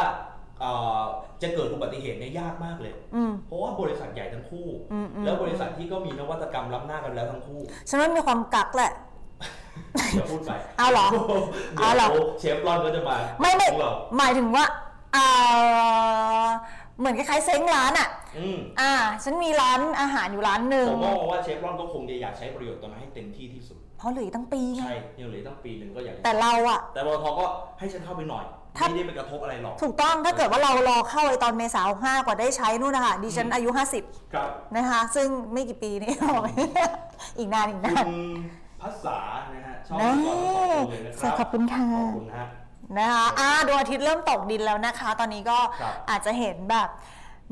เอ่อจะเกิดอุบัติเหตุเนี่ยยากมากเลย อืม เพราะว่าบริษัทใหญ่ทั้งคู่ อืมอืม แล้วบริษัทที่ก็มีนวัตกรรมล้ำหน้ากันแล้วทั้ง (laughs) คู่ ฉันว่ามีความกักแหละ อย่าพูดไป เอาเหรอ ดี๋ยว เอาเหรอ (laughs) เชฟรอนก็จะมา ไม่ไม่ ของเรา หมายถึงว่าเอ่อเหมือนคล้ายๆเซ้งร้านอ่ะ อืม อ่า ฉันมีร้านอาหารอยู่ร้านหนึ่ง ผมก็มองว่าเชฟรอนก็คงจะอยากใช้ประโยชน์ตรงนั้นให้เต็มที่ที่สุด เพราะเหลืออกตั้งปีไง ใช่ยังเหลืออกตั้งปีหนึ่งก็อยากจะ แต่เราอ่ะ แต่บอทก็ให้ฉันเข้าไปหน่อย ถ้า ไม่ได้ไปกระทบอะไรหรอก ถูกต้องถ้าเกิดว่าเรารอเข้าไอตอนเมษาห้ากว่าได้ใช้นู่นนะคะดิฉัน อืม อายุ ครับ 50 นะคะ ซึ่งไม่กี่ปีนี่ (laughs) อีกนานอีกนา คุ น ณภาษานะฮะ ชอบ แน่ ติดต่อทั้งสองคนเลยนะค สวัส รั ดี บ ขอบคุณค่ะ ขอบคุณฮะ นะคะอ่าดวงอาทิตย์เริ่มตกดินแล้วนะคะ ตอนนี้ก็ ครับ อาจจะเห็นแบบ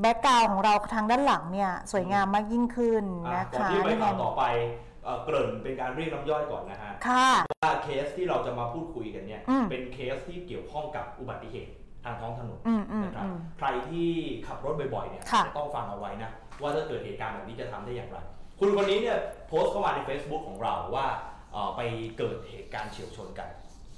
แบ็กกราวของเราทางด้านหลังเนี่ย สวยงามมากยิ่งขึ้นนะ ะก่อน คะ ที่ไปข่าวต่อไปเอ่อเกริ่นเป็นการเรียกน้ำย่อยก่อนนะฮะ ค่ะ ว่าเคสที่เราจะมาพูดคุยกันเนี่ย อืม เป็นเคสที่เกี่ยวข้องกับอุบัติเหตุทางท้องถนน อืมอืม นะครับ อืม ใครที่ขับรถบ่อยๆเนี่ย ค่ะ จะต้องฟังเอาไว้นะว่าถ้าเกิดเหตุการณ์แบบนี้จะทำได้อย่างไร คุณคนนี้เนี่ยโพสต์เข้ามาใน Facebook ของเราว่าเอ่อไปเกิดเหตุการณ์เฉียวชนกัน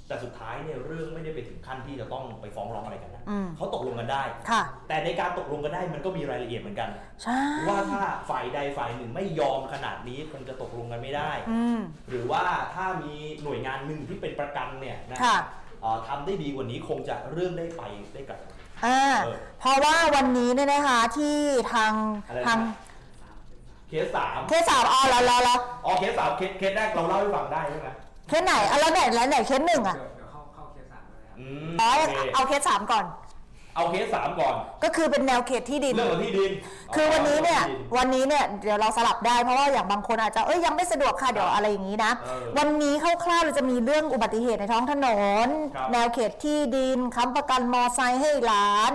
แต่สุดท้ายเนี่ยเรื่องไม่ได้ไปถึงขั้นที่จะต้องไปฟ้องร้องอะไรกันนะ อืม เขาตกลงกันได้ ค่ะ แต่ในการตกลงกันได้มันก็มีรายละเอียดเหมือนกัน ใช่ ว่าถ้าฝ่ายใดฝ่ายหนึ่งไม่ยอมขนาดนี้มันจะตกลงกันไม่ได้ อืม หรือว่าถ้ามีหน่วยงานหนึ่งที่เป็นประกันเนี่ยนะ ค่ะ เอ่อทำได้ดีกว่านี้คงจะเรื่องได้ไปได้กลับ อ่า เออ เพราะว่าวันนี้เนี่ยนะคะที่ทาง อะไร ทาง นะเคสสาม เคสสามอ๋อแล้วแล้วแล้ว อ๋อเคสสามเคสเคสแรกเราเล่าให้ฟังได้ใช่ไหม เคสไหนอ่ะแล้วไหนแล้วไหนเคสหนึ่งอ่ะ เดี๋ยวเดี๋ยวเข้าเข้าเคสสามเลยครับ อืม อ๋อ โอ เอา เค เอาเคสสามก่อน เอาเคสสามก่อน ก็คือเป็นแนวเขตที่ดิน เรื่องของที่ดิน คือวันนี้เนี่ย อา วันนี้เนี่ย เดี๋ยวเราสลับได้เพราะว่าอย่างบางคนอาจจะ เอ้ยยังไม่สะดวกค่ะ เดี๋ยวอะไรอย่างนี้นะ เออ วันนี้คร่าวๆเราจะมีเรื่องอุบัติเหตุในท้องถนน ครับ แนวเขตที่ดินค้ำประกันมอไซค์ให้หลาน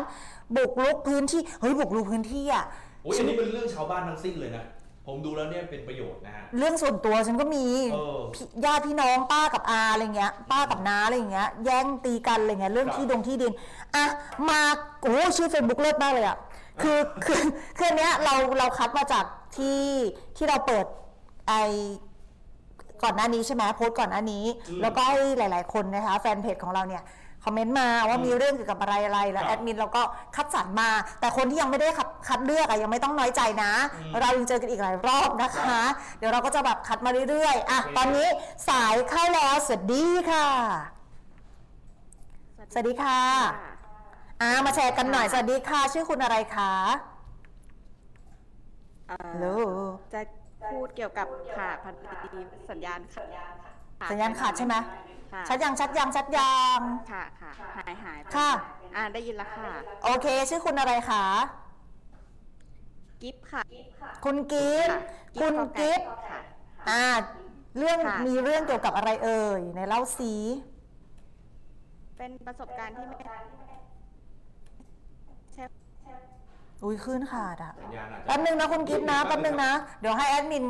บุกรุกพื้นที่ เฮ้ยบุกรุกพื้นที่อ่ะ โอ้ยอันนี้เป็นเรื่องชาวบ้านทั้งสิ้นเลยนะ ผมดูแล้วเนี่ยเป็นประโยชน์นะฮะ เรื่องส่วนตัวฉันก็มี เออ พี่ญาติพี่น้องป้ากับอาอะไรเงี้ย ป้ากับน้าอะไรเงี้ย แย่งตีกันอะไรเงี้ยเรื่อง ครับ ที่ดงที่ดินอ่ะมาโอ้ชื่อเฟซบุ๊กเลิศมากเลยอ่ะ (laughs) คือคือคืออันเนี้ยเราเราคัดมาจากที่ที่เราเปิดไอก่อนหน้านี้ใช่ไหมโพสต์ก่อนหน้านี้ อืม แล้วก็ให้หลาย ๆ คนนะคะ แฟนเพจของเราเนี่ยคอมเมนต์มาว่า อืม มีเรื่องเกี่ยวกับอะไรอะไรแล้ว ครับ แอดมินเราก็คัดสรรมา แต่คนที่ยังไม่ได้คัดคัดเลือกอะยังไม่ต้องน้อยใจนะ อืม เรายังเจอกันอีกหลายรอบนะ ครั คะ บ เดี๋ยวเราก็จะแบบคัดมาเรื่อยๆ อ่ะ ตอนนี้สายเข้าแล้วสวัสดีค่ะ สวัสดีค่ะ อ่า มาแชร์กันหน่อย สวัสดีค่ะ ชื่อคุณอะไรคะ เอ่อ โล จะพูดเกี่ยวกับขาดพันธุ์ดีสัญญาณขาด สัญญาณขาดใช่ไหม ค่ะ ชัดยัง ชัดยัง ชัดยัง ค่ะค่ะหายหายไป ค่ะ อ่าได้ยินแล้วค่ะ โอเค ชื่อคุณอะไรคะ กิฟค่ะ คุณกิฟต์ ค่ะ คุณกิฟต์ ค่ะ อ่า เรื่อง ค่ะ มีเรื่องเกี่ยวกับอะไรเอ่ยในเล่าสี เป็นประสบการณ์ที่ไม่ อุ้ยขึ้นขาดอ่ะ สัญญาณอาจจะ แป๊บนึงนะคุณกิฟต์นะ แป๊บนึงนะ เดี๋ยวให้แอดมิน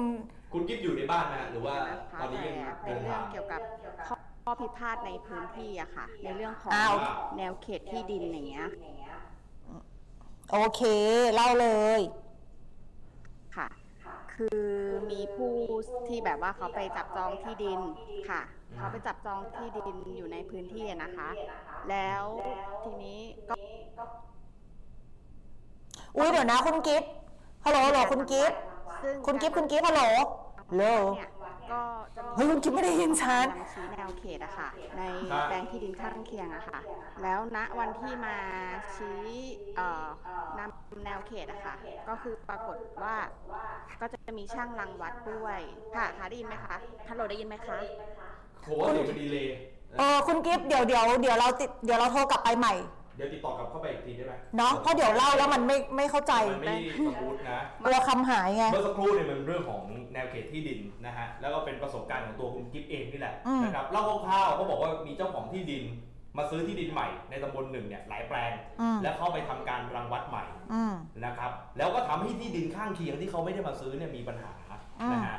คุณกิฟอยู่ในบ้านนะฮะหรือว่า นะคะ ตอนนี้ยัง แต่เป็ เดิ น น เรื่ทาอง ง เกี่ยวกับข้อข้อพิพาทในพื้นที่อะค่ะ ในเรื่องของ อ้าว แนวเขตที่ดินอย่างเงี้ย โอเค เล่าเลย ค่ะ คือมีผู้ที่แบบว่าเขาไปจับจองที่ดินค่ะ อืม เขาไปจับจองที่ดินอยู่ในพื้นที่อะนะคะ แล้วทีนี้ก็ อุ้ยเดี๋ยวนะคุณกิฟต์ฮัลโหลฮัลโหลคุณกิฟต์ ซึ่ง คุณกิฟต์คุณกิฟต์ฮัลโหลฮัลโหล เนี่ยก็จะมี เฮ้ยคุณคิดไม่ได้ยินฉัน กำลังชี้แนวเขตอะค่ะ ใน ครับ แปลงที่ดินข้างเคียงอะค่ะ แล้วณวันที่มาชี้เอ่อนำแนวเขตอะค่ะ ก็คือปรากฏว่าก็จะมีช่างรังวัดด้วยค่ะค่ะได้ยินไหมคะฮัลโหลได้ยินไหมคะ โหเดี๋ยวมันดีเลย เออคุณกิฟต์เดี๋ยวเดี๋ยวเดี๋ยวเราติดเดี๋ยวเราโทรกลับไปใหม่ เดี๋ยวติดต่อกลับเข้าไปอีกทีได้ไหม เนาะเพราะเดี๋ยวเล่าแล้วมันไม่ไม่เข้าใจ มันไม่สมูทนะ กลัวคำหายไง เมื่อสักครู่เนี่ยมันเรื่องของแนวเขตที่ดินนะฮะ แล้วก็เป็นประสบการณ์ของตัวคุณกิฟเองนี่แหละ อืม นะครับเล่าคร่าวๆเขาบอกว่ามีเจ้าของที่ดิน มาซื้อที่ดินใหม่ ในตำบลหนึ่งเนี่ยหลายแปลง อืม แล้วเข้าไปทำการรังวัดใหม่ อืม นะครับ แล้วก็ทำให้ที่ดินข้างเคียงที่เขาไม่ได้มาซื้อเนี่ยมีปัญหา อืม นะฮะ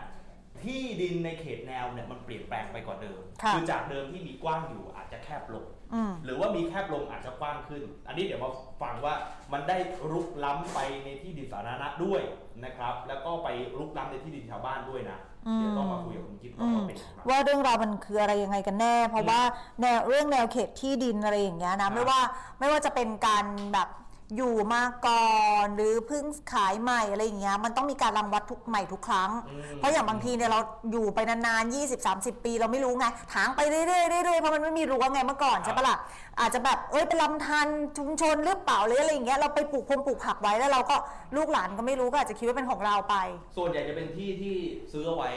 ที่ดินในเขตแนวเนี่ยมันเปลี่ยนแปลงไปกว่าเดิม ค่ะ อจากเดิมที่มีกว้างอยู่อาจจะแคบลง อืม หรือว่ามีแคบลงอาจจะกว้างขึ้น อันนี้เดี๋ยวมาฟังว่ามันได้รุกล้ำไปในที่ดินสาธารณะด้วยนะครับ แล้วก็ไปรุกล้ำในที่ดินชาวบ้านด้วยนะ อืม เดี๋ยวต้องมาคุยกับคุณกิ๊บก่อนว่าเป็นยังไงบ้าง ว่าเรื่องราวมันคืออะไรยังไงกันแน่ เพราะว่าแนวเรื่องแนวเขตที่ดินอะไรอย่างเงี้ย ครับ นะไม่ว่าไม่ว่าจะเป็นการแบบอยู่มาก่อนหรือเพิ่งขายใหม่อะไรอย่างเงี้ยมันต้องมีการรังวัดทุกใหม่ทุกครั้ง อืม เพราะอย่างบางทีเนี่ยเราอยู่ไปนานๆ 20 30 ปีเราไม่รู้ไงถางไปเรื่อยๆเรื่อยๆเพราะมันไม่มีรั้วไงเมื่อก่อนใช่ปะล่ะอาจจะแบบเอ้ยเป็นลำธารชุมชนหรือเปล่าหรืออะไรอย่างเงี้ยเราไปปลูกพงปลูกผักไว้แล้วเราก็ลูกหลานก็ไม่รู้ก็อาจจะคิดว่าเป็นของเราไป ส่วนใหญ่จะเป็นที่ที่ซื้อเอาไว้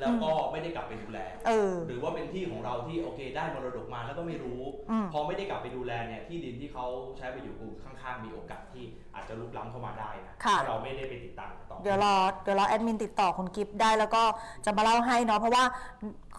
แล้วก็ไม่ได้กลับไปดูแล เออ หรือว่าเป็นที่ของเราที่โอเคได้มรดกมาแล้วก็ไม่รู้ อืม พอไม่ได้กลับไปดูแลเนี่ยที่ดินที่เขาใช้ไปอยู่ข้างๆมีโอกาสที่อาจจะลุกล้ำเข้ามาได้นะถ้าเราไม่ได้ไปติดตามต่อ เดี๋ยวรอเดี๋ยวรอแอดมินติดต่อคุณกิฟต์ได้แล้วก็จะมาเล่าให้เนาะเพราะว่า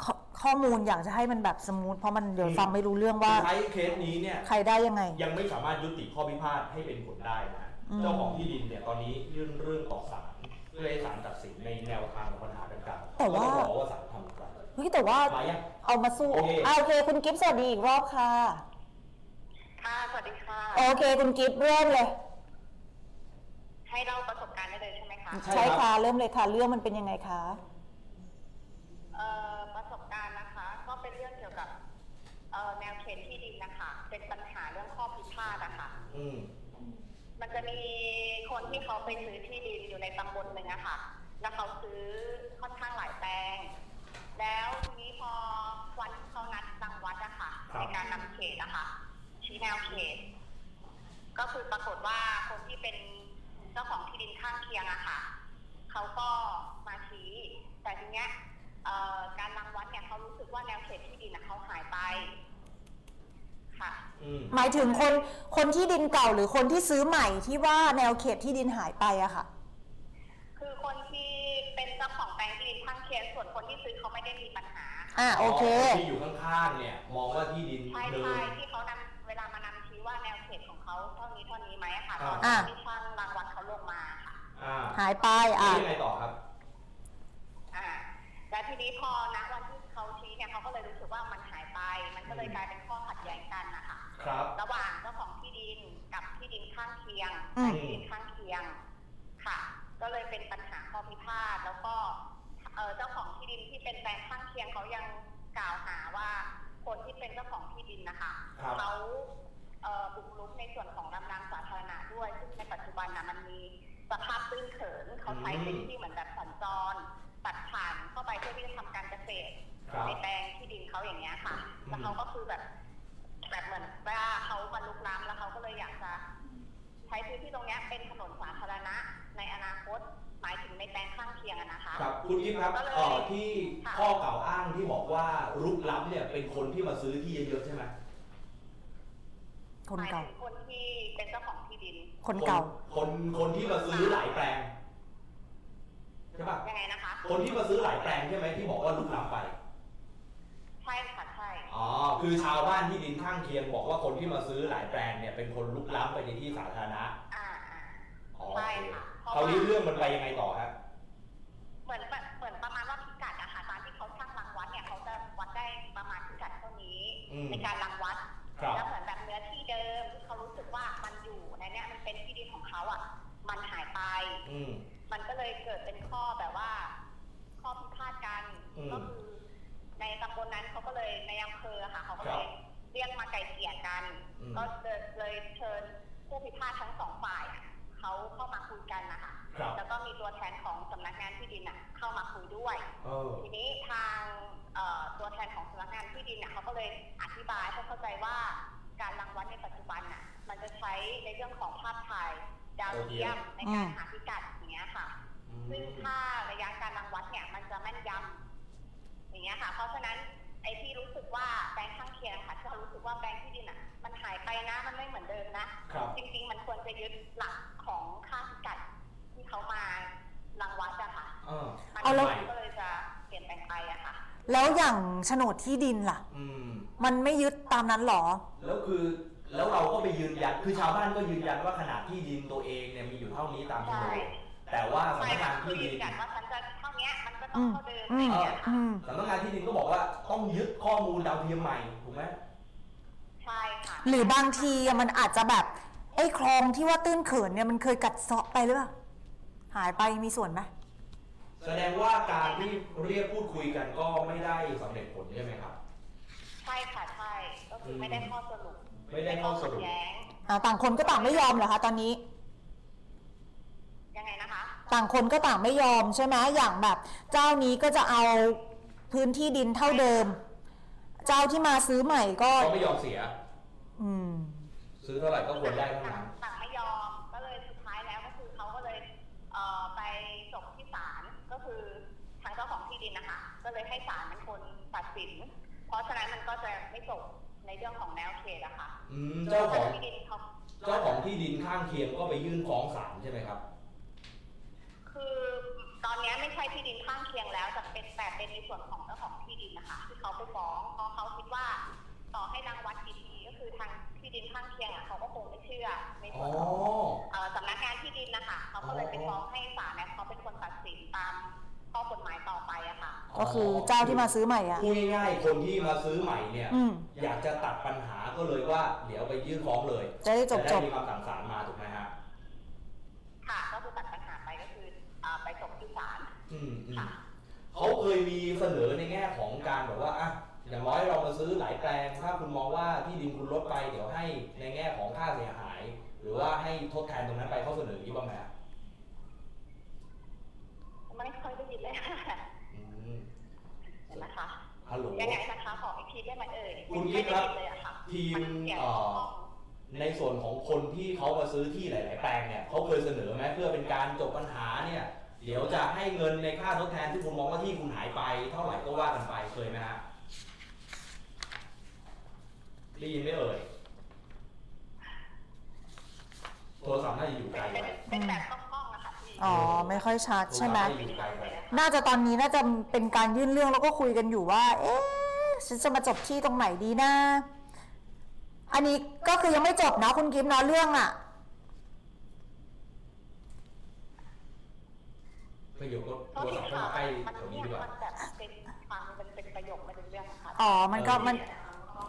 ข้อข้อมูลอยากจะให้มันแบบสมูทเพราะมันเดี๋ยว อืม ฟังไม่รู้เรื่องว่า สุดท้ายเคสนี้เนี่ย ใครได้ยังไง ยังไม่สามารถยุติข้อพิพาทให้เป็นผลได้นะฮะ อืม เจ้าของที่ดินเนี่ยตอนนี้ยื่นเรื่องต่อศาลเพื่อให้ศาลตัดสินในแนวทางของปัญหาดังกล่าว แต่ว่า ก็ต้องรอว่าศาลทำอะไร เฮ้ยแต่ว่า มายัง เอามาสู้ โอเค อ่าโอเค คุณกิฟต์สวัสดีอีกรอบค่ะ ค่ะ สวัสดีค่ะ โอเค คุณกิฟต์เริ่มเลย ให้เล่าประสบการณ์ได้เลยใช่ไหมคะ ใช่ครับ ใช่ค่ะเริ่มเลยค่ะ เรื่องมันเป็นยังไงคะ เอ่อประสบการณ์นะคะ ก็เป็นเรื่องเกี่ยวกับเอ่อแนวเขตที่ดินนะคะ เป็นปัญหาเรื่องข้อพิพาทอะค่ะ อืม มันจะมีคนที่เขาไปซื้อที่ดินอยู่ในตำบลหนึ่งอะค่ะ แล้วเขาซื้อค่อนข้างหลายแปลง แล้วทีนี้พอวันที่เขานัดรังวัดอะค่ะ ครับ ในการนำเขตอะค่ะ ชี้แนวเขต ก็คือปรากฏว่าคนที่เป็นเจ้าของที่ดินข้างเคียงอะค่ะ เขาก็มาชี้ แต่ทีเนี้ยเอ่อการรังวัดเนี่ยเขารู้สึกว่าแนวเขตที่ดินอะเขาหายไป ค่ะ อืม หมายถึงคนคนที่ดินเก่าหรือคนที่ซื้อใหม่ที่ว่าแนวเขตที่ดินหายไปอะค่ะ คือคนที่เป็นเจ้าของแปลงที่ดินข้างเคียงส่วนคนที่ซื้อเขาไม่ได้มีปัญหา อ่าโอเค คนที่อยู่ข้างๆเนี่ย มองว่าที่ดิน ใช่ เดิ ใช่ ม ที่เขานำเวลามานำชี้ว่าแนวเขตของเขาเท่านี้เท่านี้ไหมอะค่ะ อ่า ตอนที่ช่างรางวัลเขาลงมาค่ะ อ่า หายไปอ่ะ แล้วยังไงต่อครับ อ่า แล้วทีนี้พอนะวันที่เขาชี้เนี่ยเขาก็เลยรู้สึกว่ามันหายไป มันก็เลยกลายเป็นข้อขัดแย้งกันนะคะ ครับ ระหว่างเจ้าของที่ดินกับที่ดินข้างเคียงแปลงที่ดินข้างเคียงค่ะ ก็เลยเป็นปัญหาข้อพิพาทแล้วก็เอ่อเจ้าของที่ดินที่เป็นแปลงข้างเคียงเขายังกล่าวหาว่า คนที่เป็นเจ้าของที่ดินนะคะ ครับ เขาเอ่อบุกรุกในส่วนของลำน้ำสาธารณะด้วย ซึ่งในปัจจุบันนะมันมีสภาพตื้นเขิน เขาใช้เป็นที่เหมือนแบบสัญจร ตัดผ่านเข้าไปเพื่อที่จะทำการเกษตร ครับ ในแปลงที่ดินเขาอย่างเงี้ยค่ะ อืม แล้วเขาก็คือแบบ แบบเหมือนว่าเขาบรรลุกล้ำแล้วเขาก็เลยอยากจะ ใช้พื้นที่ตรงเนี้ยเป็นถนนสาธารณะในอนาคต หมายถึงในแปลงข้างเคียงอะนะคะ ครับคุณกิ๊บครับ ก็เลย เอ่อที่ ค่ะ ข้อกล่าวอ้างที่บอกว่ารุกล้ำเนี่ยเป็นคนที่มาซื้อที่เยอะๆใช่ไหม คน หมาย เก่า ถึงคนที่เป็นเจ้าของที่ดิน คนเก่า คนคนที่มาซื้อหลายแปลงใช่ปะ ยังไงนะคะ คนที่มาซื้อหลายแปลงใช่ไหมที่บอกว่าลุกล้ำไป ใช่ค่ะใช่ อ๋อ คือชาวบ้านที่ดินข้างเคียงบอกว่าคนที่มาซื้อหลายแปลงเนี่ยเป็นคนลุกล้ำไปในที่สาธารณะ อ่าอ่า อ๋อ ใช่ โอเค ค่ะ คราวนี้เรื่องมันไปยังไงต่อฮะ เหมือนแบบเหมือนประมาณ อืม มันก็เลยเกิดเป็นข้อแบบว่า ข้อพิพาทกัน อืม ก็คือในตำบลนั้นเขาก็เลยในอำเภอค่ะเขาก็ ครั เล บ ยเรียกมาไกล่เกลี่ยกัน อืม ก็เลยเลยเชิญผู้พิพาททั้งสองฝ่ายอะเขาเข้ามาคุยกันนะคะ ครับ แล้วก็มีตัวแทนของสำนักงานที่ดินอ่ะ เข้ามาคุยด้วย เออ ทีนี้ทางเอ่อตัวแทนของสำนักงานที่ดินเนี่ยเขาก็เลยอธิบายให้เข้าใจว่าการรังวัดในปัจจุบันน่ะมันจะใช้ในเรื่องของภาพถ่ายดาวเทียมในการหาพิกัดอย่างเงี้ยค่ะ อืม ซึ่งค่าระยะการรังวัดเนี่ยมันจะแม่นยำอย่างเงี้ยค่ะ เพราะฉะนั้นไอ้ที่รู้สึกว่าแบงค์ข้างเคียงค่ะที่เรารู้สึกว่าแบงค์ที่ดินอ่ะ มันหายไปนะมันไม่เหมือนเดิมนะครับ จริง ๆ มันควรจะยึดหลักของค่าพิกัดที่เขามารังวัดอะค่ะ เออ เอา เอา แล แล้ว ก็เลยจะเปลี่ยนแปลงไปอะค่ะ แล้วอย่างโฉนดที่ดินล่ะ อืม มันไม่ยึดตามนั้นหรอ แล้วคือแล้วเราก็ไปยืนยันคือชาวบ้านก็ยืนยันว่าขนาดที่ดินตัวเองเนี่ยมีอยู่เท่านี้ตามโฉนด ใช่ แต่ว่าสำใช่นักงา ค่ะ น คื ที่ อยื ดิ น น ยันว่าฉันจะเท่าเนี้ยมันก็ต้องเท่าเดิมอะไรอย่างเงี้ยค่ะ อืม สำนักงานที่ดินก็บอกว่าต้องยึดข้อมูลดาวเทียมใหม่ถูกไหม ใช่ค่ะ หรือบางทีอะมันอาจจะแบบไอ้คลองที่ว่าตื้นเขินเนี่ยมันเคยกัดเซาะไปหรือเปล่าหายไปมีส่วนไหม แสดงว่าการที่เรียกพูดคุยกันก็ไม่ได้สำเร็จผลใช่ไหมครับ ใช่ค่ะใช่ก็คือไม่ได้ข้อสรุป ไม่ได้ข้อสรุป แย้ง อ่าต่างคนก็ต่างไม่ยอมเหรอคะตอนนี้ ยังไงนะคะ ต่างคนก็ต่างไม่ยอมใช่ไหมอย่างแบบ เจ้านี้ก็จะเอาพื้นที่ดินเท่าเดิม เจ้าที่มาซื้อใหม่ก็ ก็ไม่ยอมเสีย อืม ซื้อเท่าไหร่ก็ควรได้เท่า ต่า นั้ ง น ต่างไม่ยอมก็เลยสุดท้ายแล้วก็คือเขาก็เลยเอ่อไปจบที่ศาลก็คือทางเจ้าของที่ดินนะคะก็เลยให้ศาลเป็นคนตัดสิน เพราะฉะนั้นมันก็จะไม่จบในเรื่องของแนวเขตอะค่ะ อืมเจ้าของ ที่ดินเขา เจ้าของที่ดินข้างเคียงก็ไปยื่นฟ้องศาลใช่ไหมครับ คือตอนนี้ไม่ใช่ที่ดินข้างเคียงแล้วแต่เป็นแต่เป็นในส่วนของเจ้าของที่ดินนะคะที่เขาไปฟ้องเพราะเขาคิดว่า ต่อให้รังวัดกี่ทีก็คือทางที่ดินข้างเคียงอะเขาก็คงไม่เชื่อใน อ๋ ส่ อ วนของเอ่อสำนักงานที่ดินนะคะเขาก็เลยไปฟ้องให้ศาลเนี่ยเขาเป็นคนตัดสินตามข้อกฎหมายต่อไปอะค่ะ ก็คือเจ้าที่มาซื้อใหม่อ่ะ พูดง่ายๆคนที่มาซื้อใหม่เนี่ย อืม อยากจะตัดปัญหาก็เลยว่าเดี๋ยวไปยื่นฟ้องเลย จะได้จบจ ได้ บ มีคำสั่งศาลมาถูกไหมฮะ ค่ะ ก็คือตัดปัญหาไปก็คือเอ่อไปจบที่ศาล อืมอืม ค่ะ เขาเคยมีเสนอในแง่ของการแบบว่าอ่ะอย่างน้อยเรามาซื้อหลายแปลง ถ้าคุณมองว่าที่ดินคุณลดไปเดี๋ยวให้ในแง่ของค่าเสียหาย หรือว่าให้ทดแทนตรงนั้นไปเขาเสนออย่างนี้บ้างไหมฮะ ไม่ค่อยได้ยิน (laughs) เลยค่ะ อืม เห็นไหมคะ ฮัลโหล ยังไงนะคะขออีกทีได้ไหมเอ่ย คุณกิ๊ ไม่ กค ได้ รับ ยินเลยอะค่ะ ทีม มันเสียง เอ่ ข้ อ อง ในส่วนของคนที่เขามาซื้อที่หลาย ๆ แปลงเนี่ยเขาเคยเสนอไหมเพื่อเป็นการจบปัญหาเนี่ย เดี๋ยวจะให้เงินในค่าทดแทนที่คุณมองว่าที่คุณหายไป เท่าไหร่ก็ว่ากันไปเคยไหมฮะได้ยินไหม่เอ่ยโทรศัพท์น่าจะอยู่ไกล เป็น ไป เป็นแบบคล่องๆนะคะพี่ อ๋อ ไม่ค่อยชัดใช่ไหม โทรศัพท์น่าจะอยู่ไกลไป น่าจะตอนนี้น่าจะเป็นการยื่นเรื่องแล้วก็คุยกันอยู่ว่า เอ๊ะฉันจะมาจบที่ตรงไหนดีนะ อันนี้ก็คือยังไม่จบเนาะคุณกิฟต์เนาะเรื่องอ่ะ ประโยคก็ เพ โทรศัพท์เข้าราะที่ข่าว มาใกล้แถวมันนี้ดีกเนี่ยว่า มันแบบเป็นฟังมันเป็นประโยคมันเป็นเรื่องค่ะ อ๋อ มันก็มัน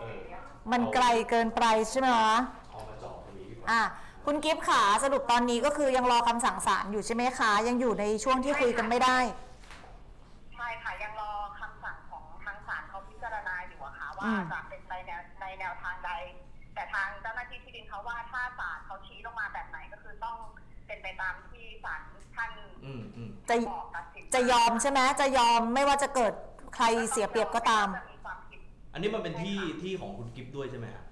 เออ มันไกลเกินไปใช่ไหมคะ เอามาจอดตรงนี้ดีกว่า อ่ะคุณกิฟต์ขาสรุปตอนนี้ก็คือยังรอคำสั่งศาลอยู่ใช่ไหมคะ ยังอยู่ในช่วงที่คุยกันไม่ได้ ใช่ค่ะ ยังรอคำสั่งของทางศาลเขาพิจารณาอยู่อะค่ะ อื ว่าม จะเป็นไปแนวในแนวทางใด แต่ทางเจ้าหน้าที่ที่ดินเขาว่าถ้าศาลเขาชี้ลงมาแบบไหนก็คือต้องเป็นไปตามที่ศาลท่าน อืมอืม จะ บอกตัดสิน จะยอมใช่ไหมจะยอมไม่ว่าจะเกิดใครเสียเปรียบก็ตาม จะความผิด อันนี้มันเป็นที่ที่ของคุณกิฟต์ด้วยใช่ไหมฮะ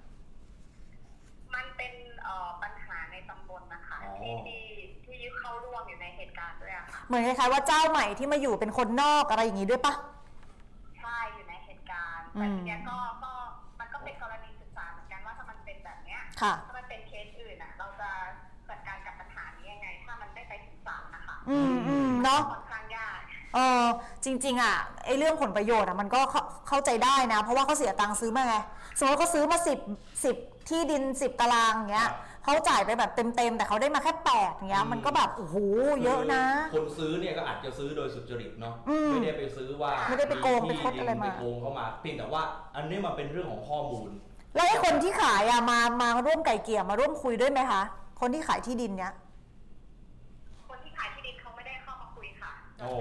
มันเป็นเอ่อปัญหาในตำบลนะคะ อ๋อ ที่ที่ที่เข้าร่วมอยู่ในเหตุการณ์ด้วยอะค่ะ เหมือนคล้ายๆว่าเจ้าใหม่ที่มาอยู่เป็นคนนอกอะไรอย่างนี้ด้วยปะ ใช่อยู่ในเหตุการณ์ อืม แต่ทีเนี้ยก็ก็มันก็เป็นกรณีศึกษาเหมือนกันว่าถ้ามันเป็นแบบเนี้ย ค่ะ ถ้ามันเป็นเคสอื่นอะเราจะจัดการกับปัญหานี้ยังไง ถ้ามันได้ไปถึงศาลนะคะ อืมอืมเนาะ ค่อนข้างยาก เออจริง ๆ อ่ะไอเรื่องผลประโยชน์อ่ะมันก็เข้าเข้าใจได้นะ เพราะว่าเขาเสียตังค์ซื้อมาไงสมมติเขาซื้อมาสิบสิบที่ดินสิบตารางอย่างเงี้ยเขาจ่ายไปแบบเต็มๆแต่เขาได้มาแค่แปดอย่างเงี้ย อืม มันก็แบบโอ้โหเยอะนะ คนซื้อเนี่ยก็อาจจะซื้อโดยสุจริตเนาะ อืม ไม่ได้ไปซื้อว่า ไม่ได้ไปโกง ที่ ไปคดอะไรมา ปโกงเข้ามาเพียงแต่ว่าอันนี้มันเป็นเรื่องของข้อมูล แล้วไอคนที่ขายอ่ะมามาร่วมไก่เกลี่ยมาร่วมคุยด้วยไหมคะ คนที่ขายที่ดินเนี้ย คนที่ขายที่ดิน ค่ะ โอ้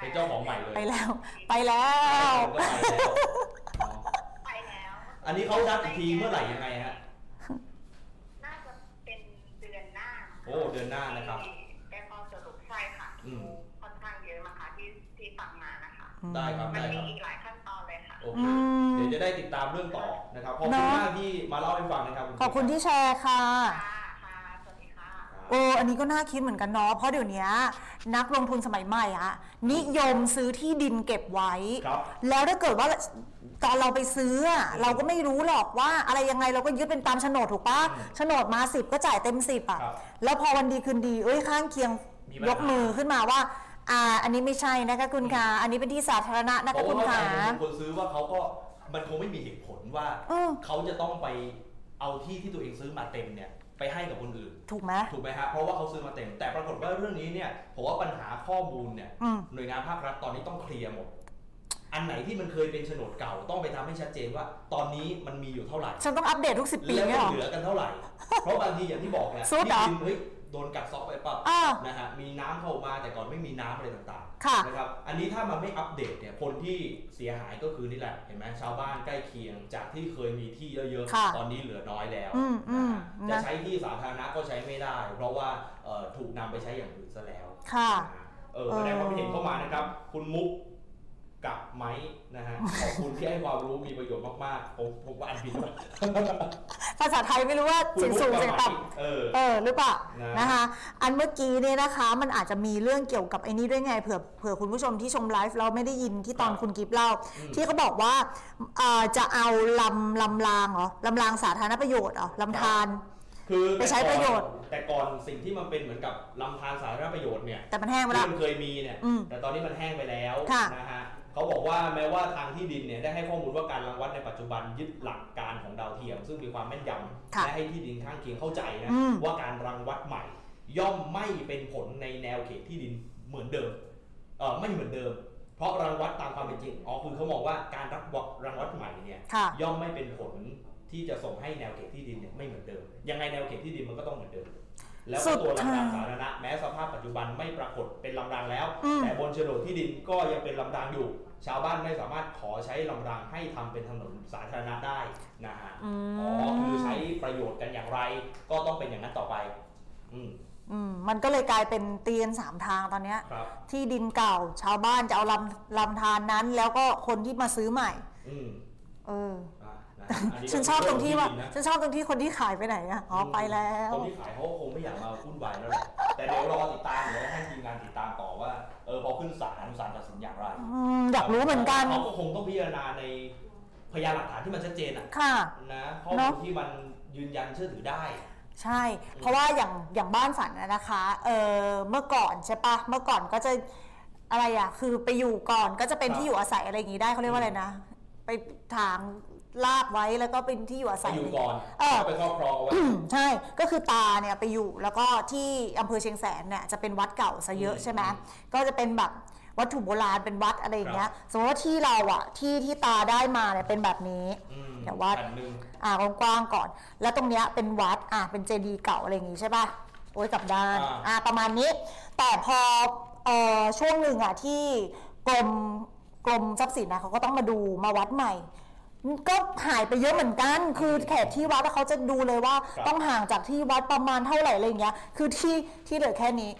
เป็นเจ้าของใหม่เลย ไปแล้ว ไปแล้ว ผมก็ไปแล้วอ๋อ ไปแล้ว อันนี้เขานัดอีกทีเมื่อไหร่ยังไงฮะ น่าจะเป็นเดือนหน้า โอ้เดือนหน้านะครับ ที่ได้ข้อสรุปใช่ค่ะ อืม ค่อนข้างเยอะมากค่ะที่ที่ฟังมานะคะ ได้ครับ มัน ได้ค มี รับ อีกหลายขั้นตอนเลยค่ะ โอเค อืม เดี๋ยวจะได้ติดตามเรื่องต่อนะครับขอบคุณ เนอะ มากที่มาเล่าให้ฟังนะครับ ขอบคุณที่แชร์ค่ะ ค่ะค่ะสวัสดีค่ะ โอ้อันนี้ก็น่าคิดเหมือนกันเนาะ เพราะเดี๋ยวนี้นักลงทุนสมัยใหม่อะนิยมซื้อที่ดินเก็บไว้ ครับ แล้วถ้าเกิดว่าตอนเราไปซื้ออะเราก็ไม่รู้หรอกว่าอะไรยังไงเราก็ยึดเป็นตามโฉนดถูกปะ อืม โฉนดมาสิบก็จ่ายเต็มสิบอ่ะ ครับ แล้วพอวันดีคืนดีเอ้ยข้างเคียง มีปัญหาย กมือขึ้นมาว่า อ่า อันนี้ไม่ใช่นะคะคุณคะอันนี้เป็นที่สาธารณะนะ า คะคุณ ว่า คะ คนซื้อว่าเขาก็มันคงไม่มีเหตุผลว่า เออ เขาจะต้องไปเอาที่ที่ตัวเองซื้อมาเต็มเนี่ยไปให้กับคนอื่น ถูกไหม ถูกไหมฮะเพราะว่าเขาซื้อมาเต็ม แต่ปรากฏว่าเรื่องนี้เนี่ยผมว่าปัญหาข้อมูลเนี่ย อืม หน่วยงานภาครัฐตอนนี้ต้องเคลียร์หมด อันไหนที่มันเคยเป็นโฉนดเก่าต้องไปทำให้ชัดเจนว่า ตอนนี้มันมีอยู่เท่าไหร่ ฉันต้องอัปเดตทุกสิบปี แล้ว เนี่ยหรมันอ เหลือกันเท่าไหร่ เพราะบางทีอย่างที่บอกแหละ ซุดเหรอ ที่ดินเฮ้ยโดนกัดเซาะไปเปล่า อ่า นะฮะ มีน้ำเข้ามาแต่ก่อนไม่มีน้ำอะไรต่าง ค่ะ ๆนะครับ อันนี้ถ้ามันไม่อัปเดตเนี่ย คนที่เสียหายก็คือนี่แหละ เห็นไหมชาวบ้านใกล้เคียง จากที่เคยมีที่เยอะ ค่ะ ตอนนี้เหลือน้อยแล้ว อืมอื นะ ม ฮะจะ นะ ใช้ที่สาธารณะก็ใช้ไม่ได้ เพราะว่าเอ่อถูกนำไปใช้อย่างอื่นซะแล้ว ค่ะ เออแสดงความคิดเห็นเข้ามานะครับ คุณมุกกับไม้นะ (laughs) ฮะ ขอบคุณที่ให้ความรู้มีประโยชน์มากๆผมผมว่าอันผิดด้วย ภาษาไทยไม่รู้ว่า คุณ (laughs) เสียง มุก สูง กับ เสียง ไม้ ต่ำ เออ เออหรือเปล่า นะ นะคะ อันเมื่อกี้เนี่ยนะคะมันอาจจะมีเรื่องเกี่ยวกับไอ้นี้ด้วยไงเผื่อเผื่อคุณผู้ชมที่ชมไลฟ์เราไม่ได้ยินที่ตอน ครับ คุณกิฟเล่า อืม ที่เขาบอกว่าเอ่อจะเอาลำลำรางเหรอลำรางสาธารณประโยชน์เหรอลำธาร คือ ไปใช้ แต่ประก่อโยชน์ แต่ก่อนสิ่งที่มันเป็นเหมือนกับลำธารสาธารณประโยชน์เนี่ย แต่มันแห้งไป ที่ แล้ว มันเคยมีเนี่ย อืม แต่ตอนนี้มันแห้งไปแล้ว ค่ะ นะฮะเขาบอกว่าแม้ว่าทางที่ดินเนี่ยได้ให้ข้อมูลว่าการรังวัดในปัจจุบันยึดหลักการของดาวเทียม ซึ่งมีความแม่นยำ ค่ะ และให้ที่ดินข้างเคียงเข้าใจนะ อืม ว่าการรังวัดใหม่ ย่อมไม่เป็นผลในแนวเขตที่ดินเหมือนเดิมเออไม่เหมือนเดิม เพราะรังวัดตามความเป็นจริงอ๋อคือเขามองว่าการรับวัดรังวัดใหม่เนี่ย ค่ะ ย่อมไม่เป็นผลที่จะส่งให้แนวเขตที่ดินเนี่ยไม่เหมือนเดิม ยังไงแนวเขตที่ดินมันก็ต้องเหมือนเดิม แล้วก็ตัว สุดท้ารลำาย งสาธารณะแม้สภาพปัจจุบันไม่ปรากฏเป็นลำรางแล้ว อืม แต่บนโฉนดที่ดินก็ยังเป็นลำรางอยู่ ชาวบ้านไม่สามารถขอใช้ลำรางให้ทำเป็นถนนสาธารณะได้นะฮะ อื อ๋อคืมอใช้ประโยชน์กันอย่างไร ก็ต้องเป็นอย่างนั้นต่อไป อืม อืมมันก็เลยกลายเป็นเตียนสามทางตอนเนี้ย ครับ ที่ดินเก่าชาวบ้านจะเอาลำลำธารนั้น แล้วก็คนที่มาซื้อใหม่ อืม เออ อ่ะนะอัก็ ฉันชอบตรงที่ว่า เอดินนะ ฉันชอบตรงที่คนที่ขายไปไหนอะอ๋อไปแล้ว คนที่ขายเขาก็คงไม่อยากมาวุ่นวายแล้วแหละ แต่เดี๋ยวรอติดตามเดี๋ยวให้ทีมงานติดตามต่อว่า เออพอขึ้นศาลศาลตัดสินอย่างไร อืมอยากรู้เหมือนกัน เขาก็คงต้องพิจารณาในพยานหลักฐานที่มันชัดเจนอ่ะ ค่ะ นะข้อ เน มู อะ ลที่มันยืนยันเชื่อถือได้ ใช่ เพราะว่าอย่างอย่างบ้านฝันน่ะนะคะ เออเมื่อก่อนใช่ปะ เมื่อก่อนก็จะอะไรอะคือไปอยู่ก่อนก็จะเป็น ครับ ที่อยู่อาศัยอะไรอย่างงี้ได้เขาเรียกว่า อืม อะไรนะ ไปถางลากไว้แล้วก็เป็นที่อยู่อา ไป ศัย อยู่ก่อน เออ ไปครอบครองเอาไว้ อืมใช่ ก็คือตาเนี่ยไปอยู่แล้วก็ที่อำเภอเชียงแสนเนี่ยจะเป็นวัดเก่าซะเยอะ อืม ใช่ไหมก็จะเป็นแบบวัตถุโบราณเป็นวัดอะไรอย่างเงี้ย สมมติว่าที่เราอะที่ที่ตาได้มาเนี่ยเป็นแบบนี้ อืม เดี๋ยววัด อันหนึ่ง อ่ากว้างๆก่อน แล้วตรงเนี้ยเป็นวัดอ่ะเป็นเจดีย์เก่าอะไรอย่างงี้ใช่ป่ะ โอ้ยกลับด้าน อ่า อ่ะประมาณนี้ แต่พอเอ่อช่วงหนึ่งอ่ะที่กรมกรมทรัพย์สินนะเขาก็ต้องมาดูมาวัดใหม่ ก็หายไปเยอะเหมือนกัน คือแขกที่วัดอะเขาจะดูเลยว่า ครับ ต้องห่างจากที่วัดประมาณเท่าไหร่อะไรอย่างเงี้ย คือที่ที่เหลือแค่นี้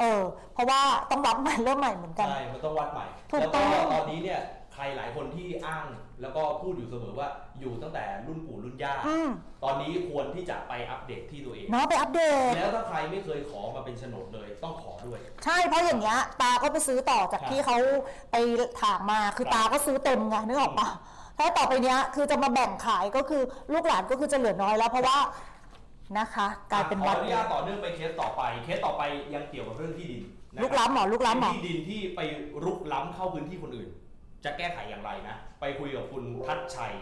เออ เพราะว่าต้องวัดใหม่เริ่มใหม่เหมือนกัน ใช่ มันต้องวัดใหม่ ถูก แล้วก็ ต้อง ตอนนี้เนี่ย ใครหลายคนที่อ้าง แล้วก็พูดอยู่เสมอว่า อยู่ตั้งแต่รุ่นปู่รุ่นย่า อืม ตอนนี้ควรที่จะไปอัปเดตที่ตัวเอง เนาะไปอัปเดต แล้วถ้าใครไม่เคยขอมาเป็นโฉนดเลยต้องขอด้วย ใช่เพราะอย่างเงี้ยตาก็ไปซื้อต่อจาก ครับ ที่เขาไปถางมาคือ ครับ ตาก็ซื้อเต็มไงนึกออกปะถ้าต่อไปเนี้ยคือจะมาแบ่งขายก็คือลูกหลานก็คือจะเหลือน้อยแล้วเพราะว่านะคะ กลายเป็นะ ขอ วัด อนุญาตต่อเนื่องไปเคสต่อไป เคสต่อไปยังเกี่ยวกับเรื่องที่ดินนะครับ ลูกล้ำเหรอลูกล้ำเหรอ เป็นที่ดินที่ไปรุกล้ำเข้าพื้นที่คนอื่น จะแก้ไขอย่างไรนะ ไปคุยกับคุณทัชชัย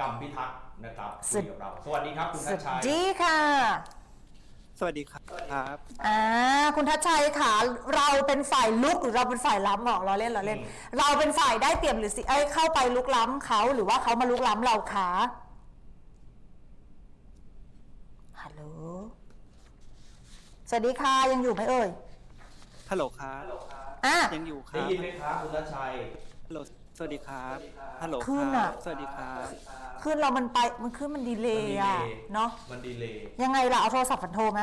กัมพิทักษ์นะครับคุยกับเรา สวัสดีครับคุณ สุ ทัช ด ชัย ดีค่ะ สวัสดีครับ อ่าคุณทัชชัยค่ะเราเป็นฝ่ายลุกหรือเราเป็นฝ่ายล้ำเหรอเราเล่นเราเล่น อืม เราเป็นฝ่ายได้เปรียบหรือสิเอ้ยเข้าไปลุกล้ำเขาหรือว่าเขามาลุกล้ำเราคะฮัลโหลสวัสดีค่ะยังอยู่ไหมเอ่ย ฮัลโหลครับ อ่ะ ยังอยู่ค ได้ รับ ยินไหมครับคุณรัชชัย ฮัลโหลสวัสดีครับฮัลโหล ขึ้น ค อะ รับสวัสดีครับ ขึ้นเรามันไปมันขึ้นมันดีเลย์ มันดีเล อะ ย์ เนาะ มันดีเลย ยังไงล่ะเอาโท (laughs) รศัพท์ฝันโทรไหม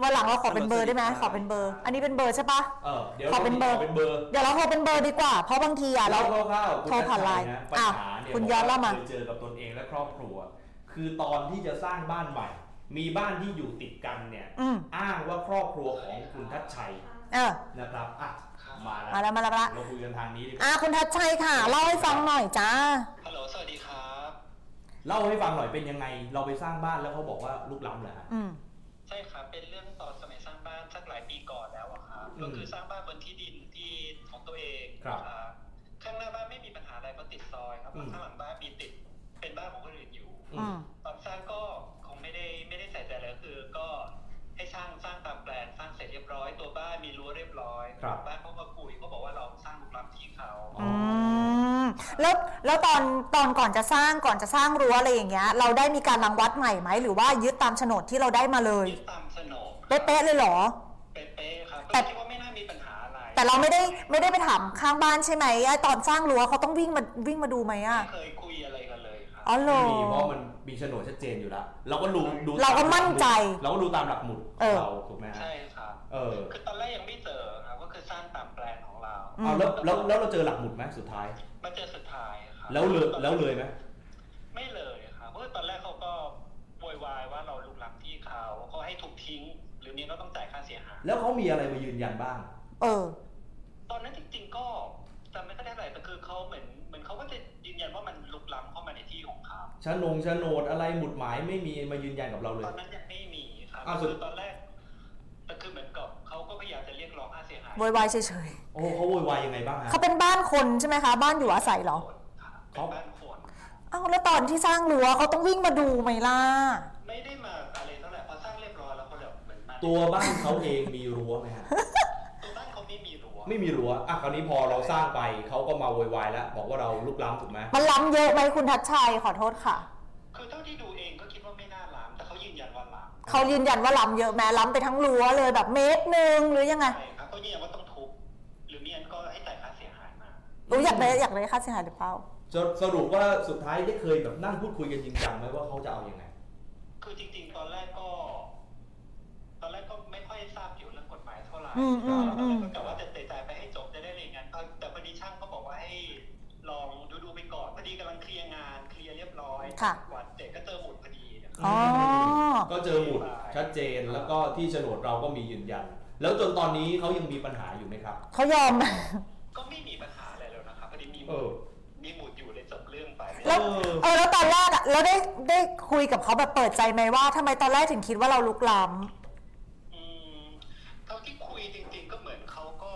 วันหลังเราขอเป็นเบอร์ได้ไหมขอเป็นเบอร์ อันนี้เป็นเบอร์ใช่ปะ เออเดี๋ยว ขอเป็นเบอร์ ขเป็นเบอร์ เดี๋ยวเราโทรเป็นเบอร์ดีกว่า เพราะบางทีอ่ะเรา เล่าคร่าวๆคุณ โทรผ่านไลน์ ชัดชัยะปัญ อ่ะ หาเนี่ย คุณย้อนเล่ามา เคยเจอกับตนเองและครอบครัว คือตอนที่จะสร้างบ้านใหม่ มีบ้านที่อยู่ติดกันเนี่ย อืม อ้างว่าครอบครัวของคุณทัชชัย เออ นะครับอ่ะมาแล้ว มาแล้วมาแล้วมาแล้ว เราคุยกันทางนี้ดีกว่า อ่ะคุณทัชชัยค่ะเล่าให้ฟังหน่อยจ้า ฮัลโหล สวัสดีครับ เล่าให้ฟังหน่อยเป็นยังไง เราไปสร้างบ้านแล้วเขาบอกว่าลุกล้ำเหรอฮะ อืม ใช่ครับ เป็นเรื่องตอนสมัยสร้างบ้านสักหลายปีก่อนแล้วอะครับ อืม ก็คือสร้างบ้านบนที่ดินที่ของตัวเอง ครับ อ่าข้างหน้าบ้านไม่มีปัญหาอะไรเพราะติดซอยครับ อืม ข้างหลังบ้านมีติด เป็นบ้านของคนอื่นอยู่ อืม ตอนสร้างก็คงไม่ได้ไม่ได้ใส่ใจเลยคือก็ให้ช่างสร้างตามแปลนสร้างเสร็จเรียบร้อยตัวบ้านมีรั้วเรียบร้อย ครับ บ้านเขามาคุยเขาบอกว่าเราสร้างลุกล้ำที่เขา อืมแล้วแล้วตอนตอนก่อนจะสร้างก่อนจะสร้างรั้วอะไรอย่างเงี้ย เราได้มีการรังวัดใหม่ไหมหรือว่ายึดตามโฉนดที่เราได้มาเลย ยึดตามสนอง เป๊ะๆเลยเหรอ เป๊ะๆครับ แต่ ก็คิดว่าไม่น่ามีปัญหาอะไร แต่เราไม่ได้ไม่ได้ไปถามข้างบ้านใช่ไหมไอ้ตอนสร้างรั้วเขาต้องวิ่งมาวิ่งมาดูไหมอ่ะ ไม่เคยคุยอะไรกันเลยครับ อ๋อเหร ไม่ อ มีเพราะมันมีโฉนดชัดเจนอยู่แล้ว เราก็ดูดู เราก็ ต มั่นใจ เราก็ดูตามหลักหมุดข เอ อองเราถูกไหมฮะ ใช่ครับ เออ คือตอนแรกยังไม่เจอครับก็คือสร้างตามแปลนของเรา อืม เอาแล้วแล้วแล้วเราเจอหลักหมุดไหมสุดท้าย มาเจอสุดท้ายครับ แล้วเลยแล้วเลยไหม ไม่เลยครับเพราะว่าตอนแรกเขาก็โวยวายว่าเราลุกล้ำที่เขาเขาให้ถูกทิ้ง หรือมีเราต้องจ่ายค่าเสียหาย แล้วเขามีอะไรมายืนยันบ้าง เออ ตอนนั้นจริงๆก็จำไม่ค่อยได้อะไรแต่คือเขาเหมือนเหมือนเขาก็จะยืนยันว่ามันลุกล้ำเข้ามาในที่ของเขา ชนงชนดอะไรหมุดหมายไม่มีมายืนยันกับเราเล ตอย นนั้นยังไม่มีครับ อ้าวสุด คือตอนแรกแต่คือเหมือนกับเขาก็พยายามจะเรียกร้องค่าเสียหาย โวยวายเฉย โอ้เขาโวยวายยังไงบ้าง ๆ ฮะ เขาเป็นบ้านคนใช่ไหมคะ บ้านอยู่อาศัยเหรอ ครับ ครับเป็นบ้านคน เอ้าวแล้วตอนที่สร้างรั้วเขาต้องวิ่งมาดูไหมล่ะ ไม่ได้มาอะไรเท่าไหร่พอสร้างเรียบร้อยแล้วเขาแบบเหมือนมา ตัวบ้านเขาเองมีรั้วไหมฮะ ตัวบ้านเขาไม่มีรั้ว ไม่มีรั้วอ่ะคราวนี้พอเราสร้างไปเขาก็มาโวยวายแล้วบอกว่าเราลุกล้ำถูกไหม มันล้ำเยอะไหมคุณทัชชัยขอโทษค่ะ คือเท่าที่ดูเองก็คิดว่าไม่น่าล้ำแต่เขายืนยันว่าล้ำ เขายืนยันว่าล้ำเยอะแม้ล้ำไปทั้งรั้วเลยแบบเมตรหนึ่งหรือยังไง ใช่ครับเขายืนยันว่าต้องทุบหรือเมียนก็ให้จ่ายค่าเสียหายมา รู้อยากได้อยากได้ค่าเสียหายหรือเปล่า สรุปสรุปว่าสุดท้ายได้เคยแบบนั่งพูดคุยกันจริงจังไหมว่าเขาจะเอาอยัางไง คือจริง ๆ ตอนแรกก็ ตอนแรกก็ไม่ค่อยทราบอยู่เรื่องกฎหมายเท่าไหร่ อืมอืมอืม แต่ว่าจะจ่ายไปให้จบจะได้เรียนงานแต่พอดีช่างก็บอกว่าให้ลองดูดูๆไปก่อนพอดีกำลังเคลียร์งานเคลียร์เรียบร้อย ค่ะ กวาดเสร็จก็เจอหมุดพอดีนะครับ อ๋อ ก็เจอหมุดชัดเจนแล้วก็ที่โฉนดเราก็มียืนยัน แล้วจนตอนนี้เขายังมีปัญหาอยู่ไหมครับ เขายอม (laughs) ก็ไม่มีปัญหาอะไรแล้วนะครับพอดีมีห เอ มุด อ มีหมุดอยู่เลยจบเรื่องไป แล้ว เออ เออแล้วตอนแรกอะเราได้ได้คุยกับเขาแบบเปิดใจไหมว่าทำไมตอนแรกถึงคิดว่าเราลุกล้ อืมเท่าที่คุยจริง ๆ ก็เหมือนเขาก็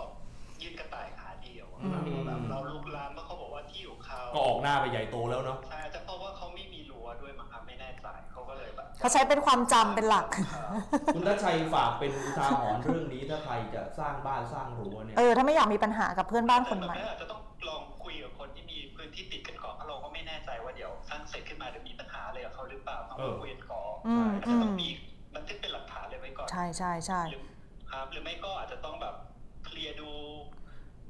ยืนกระต่ายขาเดียวอะ อืม แบบเราลุกลามว่าเขาบอกว่าที่อยู่เขา ก็ออกหน้าไปใหญ่โตแล้วเนาะ ใช่อาจจะเพราะว่าเขาไม่มีรั้วด้วยมั้งครับไม่แน่ใจเขาก็เลยแบบ ำเขาใช้เป็นความจำเป็นหลัก ครับ คุณทัชชัยฝากเป็นอุทาหรณ์เรื่องนี้ถ้าใครจะสร้างบ้านสร้างรั้วเนี่ย เออ ถ้าไม่อยากมีปัญหากับเพื่อนบ้านคนใหม่ แต่แบบอาจจะต้องลองคุยกับคนที่มีพื้นที่ติดกันก่อนเพราะเราก็ไม่แน่ใจว่าเดี๋ยวสร้างเสร็จขึ้นมาเดี๋ยวมีปัญหาอะไรกับเขาหรือเปล่าต้อง เออ คุยกันก่อน อืม อาจ อื จะ ม ต้องมีบันทึกเป็นหลักฐานเลยไว้ก่อน ใช่ใช่ใช่ หรือครับหรือไม่ก็อาจจะต้องแบบเคลียร์ดู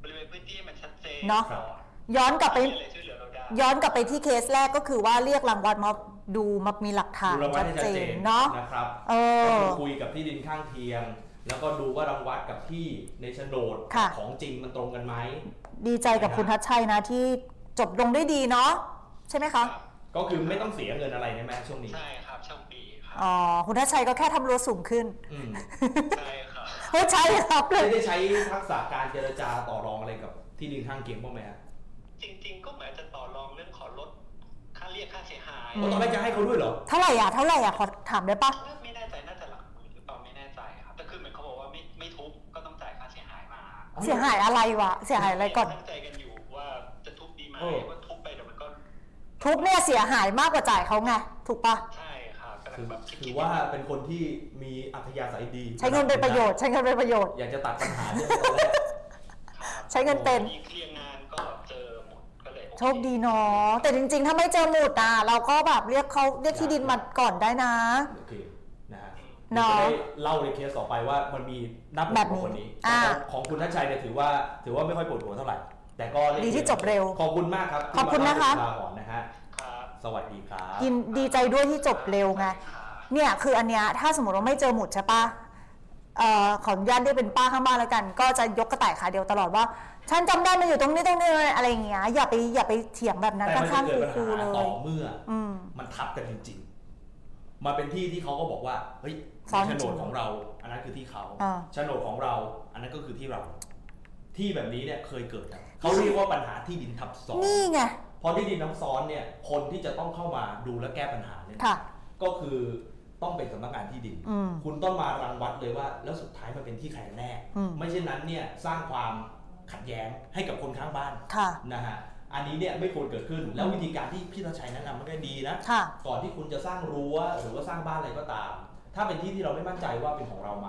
บริเวณพื้นที่ให้มันชัดเจน เนาะ ก่อ ย้อนกลับไป มีอะไรช่วยเหลือเราได้ ย้อนกลับไปที่เคสแรกก็คือว่าเรียกรางวัลมาดูมามีหลักฐาน ดูรางวั ชัดลให้ เจ ชัดเจ น น เนาะ นะครับ เออก็คือคุยกับที่ดินข้างเคียง แล้วก็ดูว่ารางวัดกับที่ในโฉนด ค่ะ ของจริงมันตรงกันไหม ดีใจกับคุณทัชชัยนะที่จบลงด้วยดีเนาะใช่ไหมคะ ก็คือไม่ต้องเสียเงินอะไรใช่ไหมช่วงนี้ ใช่ครับโช่องปีครับ อ๋อ คุณทัชชัยก็แค่ทำรั้วสูงขึ้น อืม ใช่ครับ เฮ้ยใช่ครับเลย ไม่ได้ใช้ทักษะการเจรจาต่อรองอะไรกับที่ดินข้างเคียงบ้างไหมฮะ จริง ๆ ก็เหมือนจะต่อรองเรื่องขอลดค่าเรียกค่าเสียหาย อืม โอ้ตอนแรกจะให้เขาด้วยเหรอ เท่าไหร่อ่ะ เท่าไหร่อ่ะ ขอถามได้ปะ น่าไม่แน่ใจน่าจะหลักหมื่นหรือเปล่าไม่แน่ใจครับแต่คือเหมือนเขาบอกว่าไม่ไม่ทุบก็ต้องจ่ายค่าเสียหายมา เสียหายอะไรวะ เสียหายอะไรก่อน ตั้งใจกันอยู่ว่าจะทุบดีไหม เออ ว่าทุบไปเดี๋ยวมันก็ ทุบเนี่ยเสียหายมากกว่าจ่ายเขาไง ถูกปะ ใช่ครับกำลั ถื ง อ แบบคิดๆ ถือว่าเป็นคนที่มีอัธยาศัยดี ใช้เงินเป็นประโยชน์ ใช้เงินเป็นประโยชน์ อยากจะตัดปัญหาเรื่องนี้ตอนแรก ครับ ใช้เงินเป็น มีเคลียร์งานก็เจอหมดก็เลยอเ โชคดีเนาะ แต่จริงๆ ถ้าไม่เจอหมุดอ่ะ เราก็แบบเรียกเขาเรียกที่ดินมาก่อนได้นะ โอเคนะฮะ เน ดี๋ยว อะ จะได้เล่าในเคสต่อไปว่ามันมีนับ แบบนี้ ของคนนี้ อ่า แต่ของคุณทัชชัยเนี่ยถือว่าถือว่าไม่ค่อยปวดหัวเท่าไหร่ แต่ก็ได้ ดีที่จบเร็ว ขอบคุณมากครับ ขอบคุณนะคะ ที่มาเล่าสู่ฟังก่อนนะฮะ ครับ สวัสดีครับ ยินดีใจด้วยที่จบเร็วไง เนี่ยคืออันเนี้ยถ้าสมมติว่าไม่เจอหมุดใช่ปะเอ่อขออนุญาตได้เป็นป้าข้างบ้านแล้วกัน ก็จะยกกระต่ายขาเดียวตลอดว่า ฉันจำได้มันอยู่ตรงนี้ตรงนี้อะไรอย่างเงี้ยอย่าไปอย่าไปเถียงแบบนั้น แต่มัข้างๆนจะเกิ ค ดปัญ รูๆเล หาย ต่อเมื่อ อืม มันทับกันจริงๆ มาเป็นที่ที่เขาก็บอกว่า เฮ้ย ซ้อน โฉน จริ ด ง ของเรา อันนั้นคือที่เขา อ่า โฉนดของเรา อันนั้นก็คือที่เรา ที่แบบนี้เนี่ยเคยเกิดอะเขาเรียกว่าปัญหาที่ดินทับซ้อน นี่ไง พอที่ดินทับซ้อนเนี่ย คนที่จะต้องเข้ามาดูและแก้ปัญหาเนี่ย ค่ะ ก็คือต้องเป็นสำนักงานที่ดิน อืม คุณต้องมารังวัดเลยว่า แล้วสุดท้ายมันเป็นที่ใครกันแน่ อืม ไม่เช่นนั้นเนี่ยสร้างความขัดแย้งให้กับคนข้างบ้าน ค่ะ นะฮะ อันนี้เนี่ยไม่ควรเกิดขึ้น แล้ววิธีการที่พี่ธนชัยแนะนำมันก็ดีนะ ค่ะ ก่อนที่คุณจะสร้างรั้วหรือว่าสร้างบ้านอะไรก็ตาม ถ้าเป็นที่ที่เราไม่มั่นใจว่าเป็นของเราไหม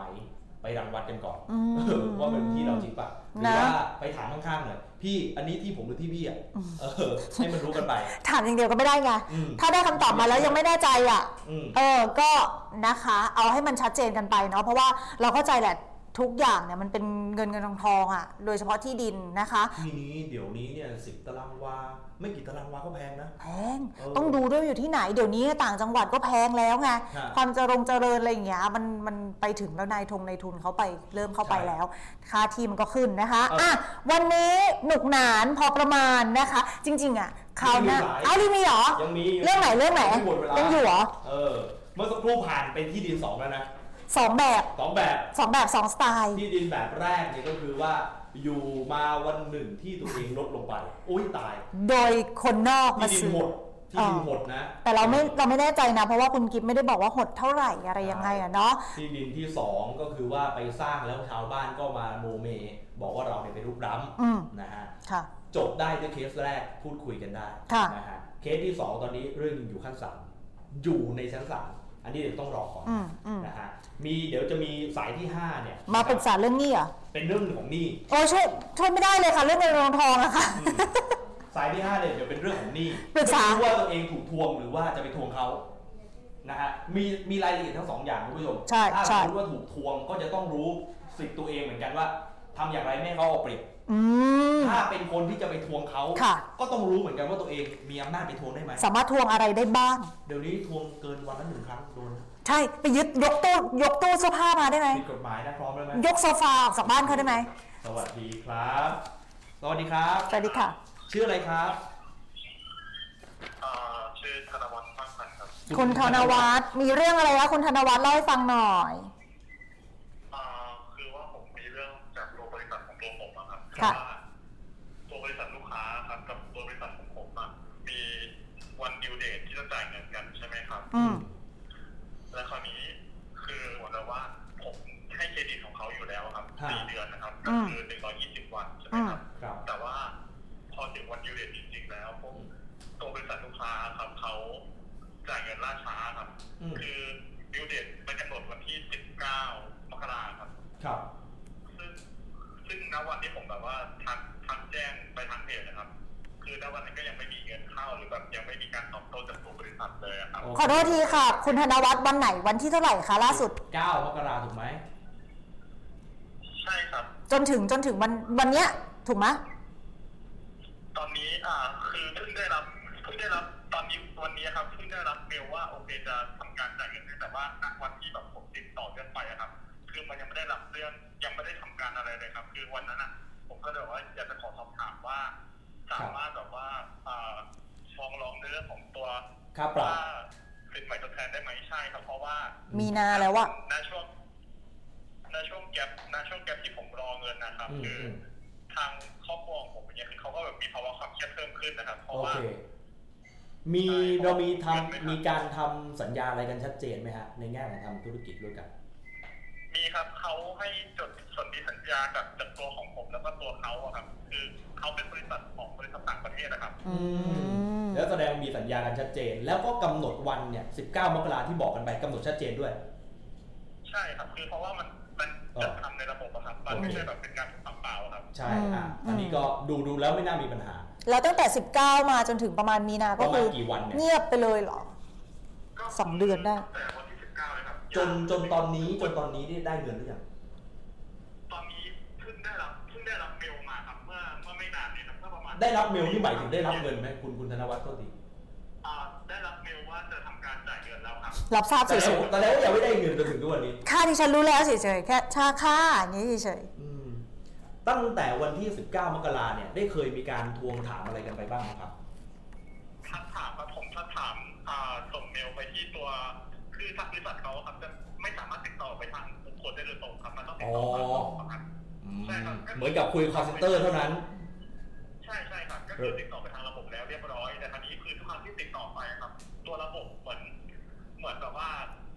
ไปรังวัดกันก่อน อืม เออว่าเป็นที่เราจริงปะหรือ นะ ว่าไปถามข้างๆเลยพี่อันนี้ที่ผมหรือที่พี่อ่ะเออ (laughs) ให้มันรู้กันไป ถามอย่างเดียวก็ไม่ได้ไง อืม ถ้าได้คำตอบมาแล้วยังไม่แน่ใจอ่ะ อืม เออ ก็นะคะ เอาให้มันชัดเจนกันไปเนาะ เพราะว่าเราเข้าใจแหละทุกอย่างเนี่ยมันเป็นเงินเงินทองทองอ่ะ โดยเฉพาะที่ดินนะคะ ทีนี้เดี๋ยวนี้เนี่ยสิบตารางวาไม่กี่ตารางวาก็แพงนะ แพง เออ ต้องดูด้วยอยู่ที่ไหน เดี๋ยวนี้ต่างจังหวัดก็แพงแล้วไง ฮะ ความเจริญเจริญอะไรอย่างเงี้ย มันมันไปถึงแล้วนายทงนายทุนเขาไปเริ่มเข้าไป ใช่ แล้ว ค่าที่มันก็ขึ้นนะคะ เอออ่ อ่ะวันนี้หนุกหนานพอประมาณนะคะ จริง ๆ อ่ะคราวหน้า ยังมีหลาย เอาดีมีเหรอ ยังมี เรื่องไหนเรื่องไหน ม่มดเวลา ยังอยู่เหรอ เออ เมื่อสักครู่ผ่านเป็นที่ดินสองแล้วนะ สองแบบ สองแบบ สองแบบสองสไตล์ ที่ดินแบบแรกเนี่ยก็คือว่าอยู่มาวันหนึ่งที่ตัวเองลดลงไป อุ้ยตาย โดยคนนอกมา ที่ดิน ซื้อ หมดที่ดินหมดนะ แต่เราไม่เราไม่แน่ใจนะ เพราะว่าคุณกิฟไม่ได้บอกว่าหดเท่าไหร่อะไรยังไงอะเนาะ ที่ดินที่สองก็คือว่าไปสร้างแล้วชาวบ้านก็มาโมเม บอกว่าเราเนี่ยไปรุกร้ อืม ำนะฮะ ค่ะ จบได้ด้วยเคสแรกพูดคุยกันได้ ค่ะ นะฮะเคสที่สองตอนนี้เรื่องอยู่ขั้นศาลอยู่ในชั้นศาลอันนี้เดี๋ยวต้องรอก่อน อืมอืม นะฮะมีเดี๋ยวจะมีสายที่ห้าเนี่ย มาปรึกษาเรื่องหนี้เหรอ เป็นเรื่องของหนี้ โอ้ยช่วยช่วยไม่ได้เลยค่ะ เรื่องเงินเรื่องทองอะค่ะ สายที่ห้าเนี่ยเดี๋ยวเป็นเรื่องของหนี้ ปรึกษา ไม่รู้ว่าตัวเองถูกทวงหรือว่าจะไปทวงเขานะฮะมีมีรายละเอียดทั้งสองอย่างคุณผู้ชม ใช่ ถ้า ใช่ สมมติว่าถูกทวงก็จะต้องรู้สิทธิ์ตัวเองเหมือนกันว่าทำอย่างไรไม่ให้เขาเอาเปรียบ อืม ถ้าเป็นคนที่จะไปทวงเขา ค่ะ ก็ต้องรู้เหมือนกันว่าตัวเองมีอำนาจไปทวงได้ไหม สามารถทวงอะไรได้บ้าง เดี๋ยวนี้ทวงเกินวันละหนึ่งครั้งโดน ใช่ไปยึดยกตู้ยกตู้เสื้อผ้ามาได้ไหม ผิดกฎหมายนะพร้อมแล้วไหม ยกโซฟาออกจากบ้านเขาได้ไหม สวัสดีครับ สวัสดีครับ สวัสดีค่ะ ชื่ออะไรครับ เอ่อชื่อธนวัฒน์มากพันธุ์ครับ คุณธนวัฒน์มีเรื่องอะไรคะคุณธนวัฒน์เล่าให้ฟังหน่อย เอ่อคือว่าผมมีเรื่องจากตัวบริษัทของตัวผมนะครับ ค่ะ ว่าตัวบริษัทลูกค้าครับกับตัวบริษัทของผมอะมีวันดิวเดทที่จะจ่ายเงินกันใช่ไหมครับ อืม แล้วคราวนี้คือเหมือนกับว่าผมให้เครดิตของเขาอยู่แล้วครับ ฮะ สี่เดือนนะครับ อื ก็ ม คือหนึ่งร้อยยี่สิบวันใช่ไหมครับ ครับ แต่ว่าพอถึงวันดิวเดทจริงๆแล้วผมตรงบริษัทลูกค้าครับเขาจ่ายเงินล่าช้าครับ อืม คือดิวเดทมันกำหนดวันที่ 19 มกราครับ ครับ ซึ่งซึ่งณวันที่ผมแบบว่าทักทักแจ้งไปทางเพจนะครับ คือณวันนั้นก็ยังไม่มีเงินเข้าหรือแบบยังไม่มีการตอบโต้จากตัวบริษัทเลยอะครับ โอเค ขอโทษทีค่ะ คุณธนวัฒน์วันไหนวันที่เท่าไหร่คะล่าสุด เก้ามกราถูกไหม ใช่ครับ จนถึงจนถึงวันวันเนี้ยถูกไหม ตอนนี้อ่าคือเพิ่งได้รับเพิ่งได้รับตอนนี้วันนี้ครับเพิ่งได้รับเมลว่าโอเคจะทำการจ่ายเงินให้แต่ว่าณวันที่แบบผมติดต่อเรื่องไปอะครับ คือมันยังไม่ได้รับเรื่องยังไม่ได้ทำการอะไรเลยครับ คือวันนั้นนะผมก็เลยบอกว่าอยากจะขอสอบถามว่า สามารถแบบว่าอ่าฟ้องร้องในเรื่องของตัว ค่าปรับ ว่าสินใหม่ทดแทนได้ไหมใช่ครับเพราะว่า มีนาแล้วอะ ณช่วงณช่วงแกลบณช่วงแกลบที่ผมรอเงินนะครับ อืม คืออ ม ทางครอบครัวของผมเนี่ยคือเขาก็แบบมีภาวะความเครียดเพิ่มขึ้นนะครับ เพ โอ ราะว่า เค มี ใช่ เรามีทำ เห็นไหมครับ มีการทำสัญญาอะไรกันชัดเจนไหมฮะ ในแง่ของทำธุรกิจด้วยกัน มีครับเขาให้จดสนธิสัญญากับจากตัวของผมแล้วก็ตัวเขาอะครับ คือเขาเป็นบริษัทของบริษัทต่างประเทศนะครับ อืม แล้วแสดงว่ามีสัญญากันชัดเจน แล้วก็กำหนดวันเนี่ย 19 มกราที่บอกกันไปกำหนดชัดเจนด้วย ใช่ครับ คือเพราะว่ามันมันจะทำในระบบอะครับ มันไม่ใช่แบบเป็นการทำเปล่าอะครับ ใช่ อืม อ่ะ อืม อันนี้ก็ดูดูแล้วไม่น่ามีปัญหา แล้วตั้งแต่ 19 มาจนถึงประมาณมีนา ป ก็ ระมา คื ณ อ กี่วันเนี่ย เงียบไปเลยเหรอ ก็ สองเดือนได้ แต่วันที่สิบเก้าเลยครับ จนจนตอนนี้จนตอนนี้เนี่ยได้เงินหรือยัง ตอนนี้เพิ่งได้รับเพิ่งได้รับเมลมาครับเมื่อเมื่อไม่นานเนี่ยครับเมื่อประมาณ ได้รับเมลนี่หมายถึงได้รับเงินไหมคุณคุณธนวัฒน์โทษที อ่าได้รับเมลว่าจะทำการจ่ายเงินแล้วครับ รับทราบเฉ แต่แล้ว ย แต่แล้วยังไม่ได้เงินจนถึงทุกวันนี้ ๆค่าที่ฉันรู้แล้วเฉยๆแค่ชาค่าอย่างนี้เฉย อืมตั้งแต่วันที่ 19 มกราเนี่ย ได้เคยมีการทวงถามอะไรกันไปบ้างไหมครับ ทักถามครับผมทักถามอ่าส่งเมลไปที่ตัวคือทางบริษัทเขาครับจะไม่สามารถติดต่อไปทางบุคคลได้โดยตรงครับมันต้องติดต่อผ่านระบบอะครับใช่ครับ เหมือนกับคุยคอร์เซนเตอร์เท่านั้น ใช่ใช่ครับก็คือติดต่อไปทางระบบแล้วเรียบร้อยแต่ครั้นี้คือทุกครั้งที่ติดต่อไปครับ ตัวระบบเหมือนเหมือนแบบว่า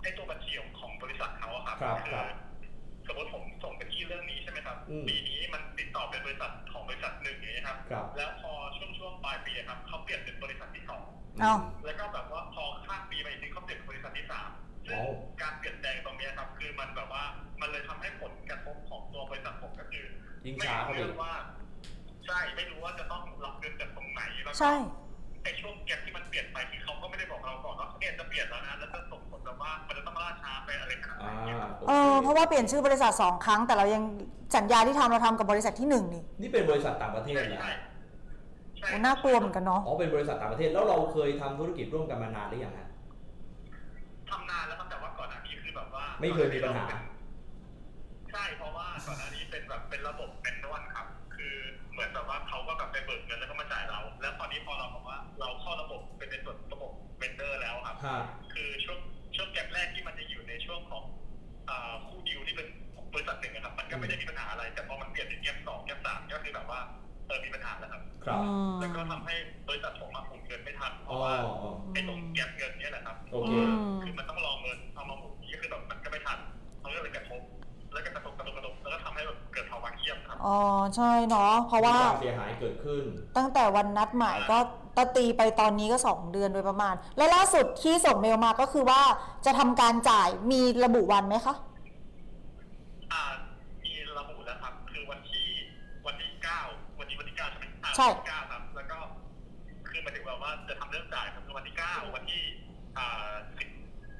ไอ้ตัวบัญชีของของบริษัทเขาอะครับ ครับครับ สมมติผมส่งไปที่เรื่องนี้ใช่ไหมครับ อืม ปีนี้มันติดต่อเป็นบริษัทของบริษัทหนึ่งอย่างนี้ยครับ ครับ แล้วพอช่วงช่วงปลายปีอะครับเขาเปลี่ยนเป็นบริษัทที่สอง ๆเอา แล้วก็แบบว่าพอข้ามปีไปนึงเขาเปลี่ยนเป็นบริษัทที่สามซึ่ง ว้าว การเปลี่ยนแปลงตรงเนี้ยครับ คือมันแบบว่ามันเลยทำให้ผลกระทบของตัวบริษัทผมก็คือ ยิง ไม่ ช้าเข้า รู้ ไป เรื่ อี อก งว่า ใช่ไม่รู้ว่าจะต้องรับเงินจากตรงไหนแล้วก็ ใช่ ไอช่วงแก็บที่มันเปลี่ยนไปคือเขาก็ไม่ได้บอกเราก่อนว่าเนี่ยจะเปลี่ยนแล้วนะแล้วจะส่งผลแบบว่ามันจะต้องล่าช้าไปอะไรขนาดไหน อ่า เนี่ยครับ โอ เอ เค อเพราะว่าเปลี่ยนชื่อบริษัทสองครั้ง แต่เรายังสัญญาที่ทำเราทำกับบริษัทที่หนึ่งนี่ นี่เป็นบริษัทต่างประเทศ ใช่ เหรอ ใช่ใช่ โอ้น่ากลัวเหมือนกันเนาะ อ๋อ เป็นบริษัทต่างประเทศ แล้วเราเคยทำธุรกิจร่วมกันมานานหรือยังฮะ ทำนานแล้วครับแต่ว่าก่อนหน้านี้คือแบบว่า ไม่เคยมีปัญหา ใช่เพราะว่าก่อนหน้านี้เป็นแบบเป็นระบบเป็นนวลครับ คือเหมือนแบบว่าเขาก็แบบไปเบิกเงินแล้วก็มาจ่ายเรา แล้วตอนนี้พอเราบอกว่าเราเข้าระบบเป็นในส่วนระบบเวนเดอร์แล้วครับ ฮะ คือช่วงช่วงแก็บแรกที่มันจะอยู่ในช่วงของอ่าคู่ดิวที่เป็นบริษัทหนึ่งอะครับ มันก็ไม่ได้มีปัญหาอะไร แต่พอมันเปลี่ยนเป็นแก็บสองแก็บสามก็คือแบบว่าเออมีปัญหาแล้วครับ ครับ อืม แล้วก็ทำให้บริษัทผมอะหมุนเงินไม่ทันเพ อ๋อ ราะว่า อ๋อ ไอ้ตรงเก็บเงินเนี่ยแหละครับ โอเค คือมันต้องรอเงินเอามาหมุนนี่ก็คือแบบมันก็ไม่ทันมันก็เลยกระทบแล้วก็กระทบกระทบกระทบแล้วก็ทำให้แบบเกิดภาวะเครียดครับ อ๋อใช่เนาะเพราะว่า มีความเสียหายเกิดขึ้น ตั้งแต่วันนัดหมายก็ตตีไปตอนนี้ก็ 2 เดือนโดยประมาณ และล่าสุดที่ส่งเมลมาก็คือว่าจะทำการจ่ายมีระบุวันไหมคะ อ่า มีระบุแล้วครับ คือวันที่วันที่เก้าวันนี้วันที่เก้าใช่ไหมอ่า ใช่ วันที่เก้าครับ แล้วก็คือหมายถึงแบบว่าจะทำเรื่องจ่ายครับคือวันที่เก้าวันที่อ่าสิบ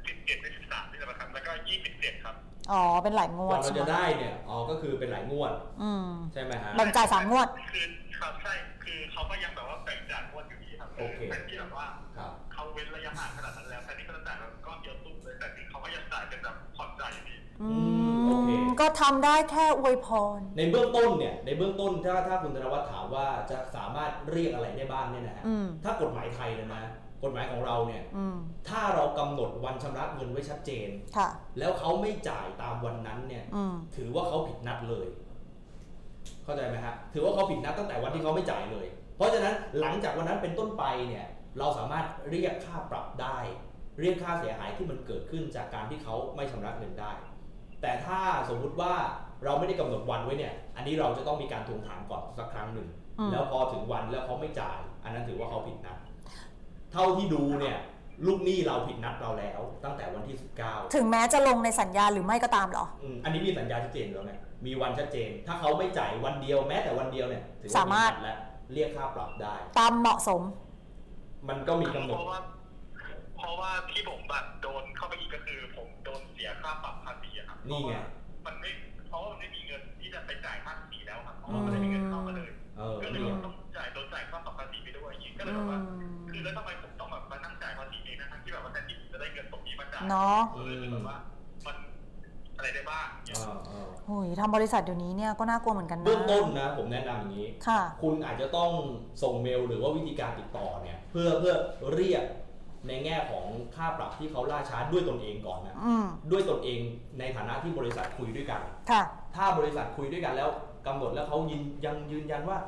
สิบเจ็ดสิบสามนี่แหละครับ แล้วก็ยี่สิบเจ็ดครับ อ๋อเป็นหลายง ก วด ว่าเรา ใช่ จะ ไหม ได้เนี่ย อ๋อ ก็คือเป็นหลายงวด อืม ใช่ไหมฮะ แบ่งจ่ายสามงวด คือครับใช่คือเขาก็ยังแบบว่าแบ่งจ่ายงวดอยู่ดีครับ โอเค แต่ที่แบบว่า ครับ เขาเว้นระยะห่างขนาดนั้นแล้วแต่นี่ก็จ่ายแบบก้อนเดียวตุ้มเลยแต่นี่เขาก็ยังจ่ายเป็นแบบผ่อนจ่ายอยู่ดี อื โอเค มก็ทำได้แค่อวยพร ในเบื้องต้นเนี่ย ในเบื้องต้นถ้าถ้าคุณธนวัฒน์ถามว่าจะสามารถเรียกอะไรได้บ้างเนี่ยนะฮะ อืม ถ้ากฎหมายไทยนะนะ กฎหมายของเราเนี่ย อืม ถ้าเรากำหนดวันชำระเงินไว้ชัดเจน ค่ะ แล้วเขาไม่จ่ายตามวันนั้นเนี่ย อืม ถือว่าเขาผิดนัดเลย เข้าใจไหมฮะ ถือว่าเขาผิดนัดตั้งแต่วันที่เขาไม่จ่ายเลย เพราะฉะนั้นหลังจากวันนั้นเป็นต้นไปเนี่ย เราสามารถเรียกค่าปรับได้ เรียกค่าเสียหายที่มันเกิดขึ้นจากการที่เขาไม่ชำระเงินได้ แต่ถ้าสมมุติว่าเราไม่ได้กำหนดวันไว้เนี่ย อันนี้เราจะต้องมีการทวงถามก่อนสักครั้งหนึ่ง อืม แล้วพอถึงวันแล้วเขาไม่จ่าย อันนั้นถือว่าเขาผิดนัด เท่าที่ดูเนี่ย ลูกหนี้เราผิดนัดเราแล้ว ตั้งแต่วันที่ 19 ถึงแม้จะลงในสัญญาหรือไม่ก็ตามเหรอ อืมอันนี้มีสัญญาชัดเจนอยู่แล้วไง มีวันชัดเจน ถ้าเขาไม่จ่ายวันเดียวแม้แต่วันเดียวเนี่ยถือว่ สามารถ ผิดนัดและเรียกค่าปรับได้ ตามเหมาะสม มันก็มีกำหน เพ ด ราะว่า เพราะว่าที่ผมแบบโดนเข้าไปอีกก็คือ ผมโดนเสียค่าปรับภาษีอะครับ นี่ไง เพราะว่ามันไม่เพราะว่ามันไม่มีเงินที่จะไปจ่ายค่าภาษีแล้วครับเพราะว่ามันไม่มีเงินเข้ามาเลย เออ ก็เลย เนี่ย ต้องจ่ายโดนจ่ายค่าปรับภาษีไปด้วยอย่างนี้ก็เล อื ยแบบ ม ว่าคือแล้วทำไมผมต้องแบบมานั่งจ่ายภาษีเองนะทั้งที่แบบว่าแทนที่ผมจะได้เงินตรงนี้มาจ่าย เนาะ เออคือแบบว่า มันอะไรได้บ้างอย่างเงี้ย เออเออ โอ้ยทำบริษัทเดี๋ยวนี้เนี่ยก็น่ากลัวเหมือนกันนะ เบื้องต้นนะ ผมแนะนำอย่างนี้ ค่ะ คุณอาจจะต้องส่งเมลหรือว่าวิธีการติดต่อเนี่ย เพื่อเพื่อเรียกในแง่ของค่าปรับที่เขาล่าช้าด้วยตนเองก่อนนะ อืม ด้วยตนเองในฐานะที่บริษัทคุยด้วยกัน ค่ะ ถ้าบริษัทคุยด้วยกันแล้วกำหนดแล้วเขายืนยังยืนยันว่า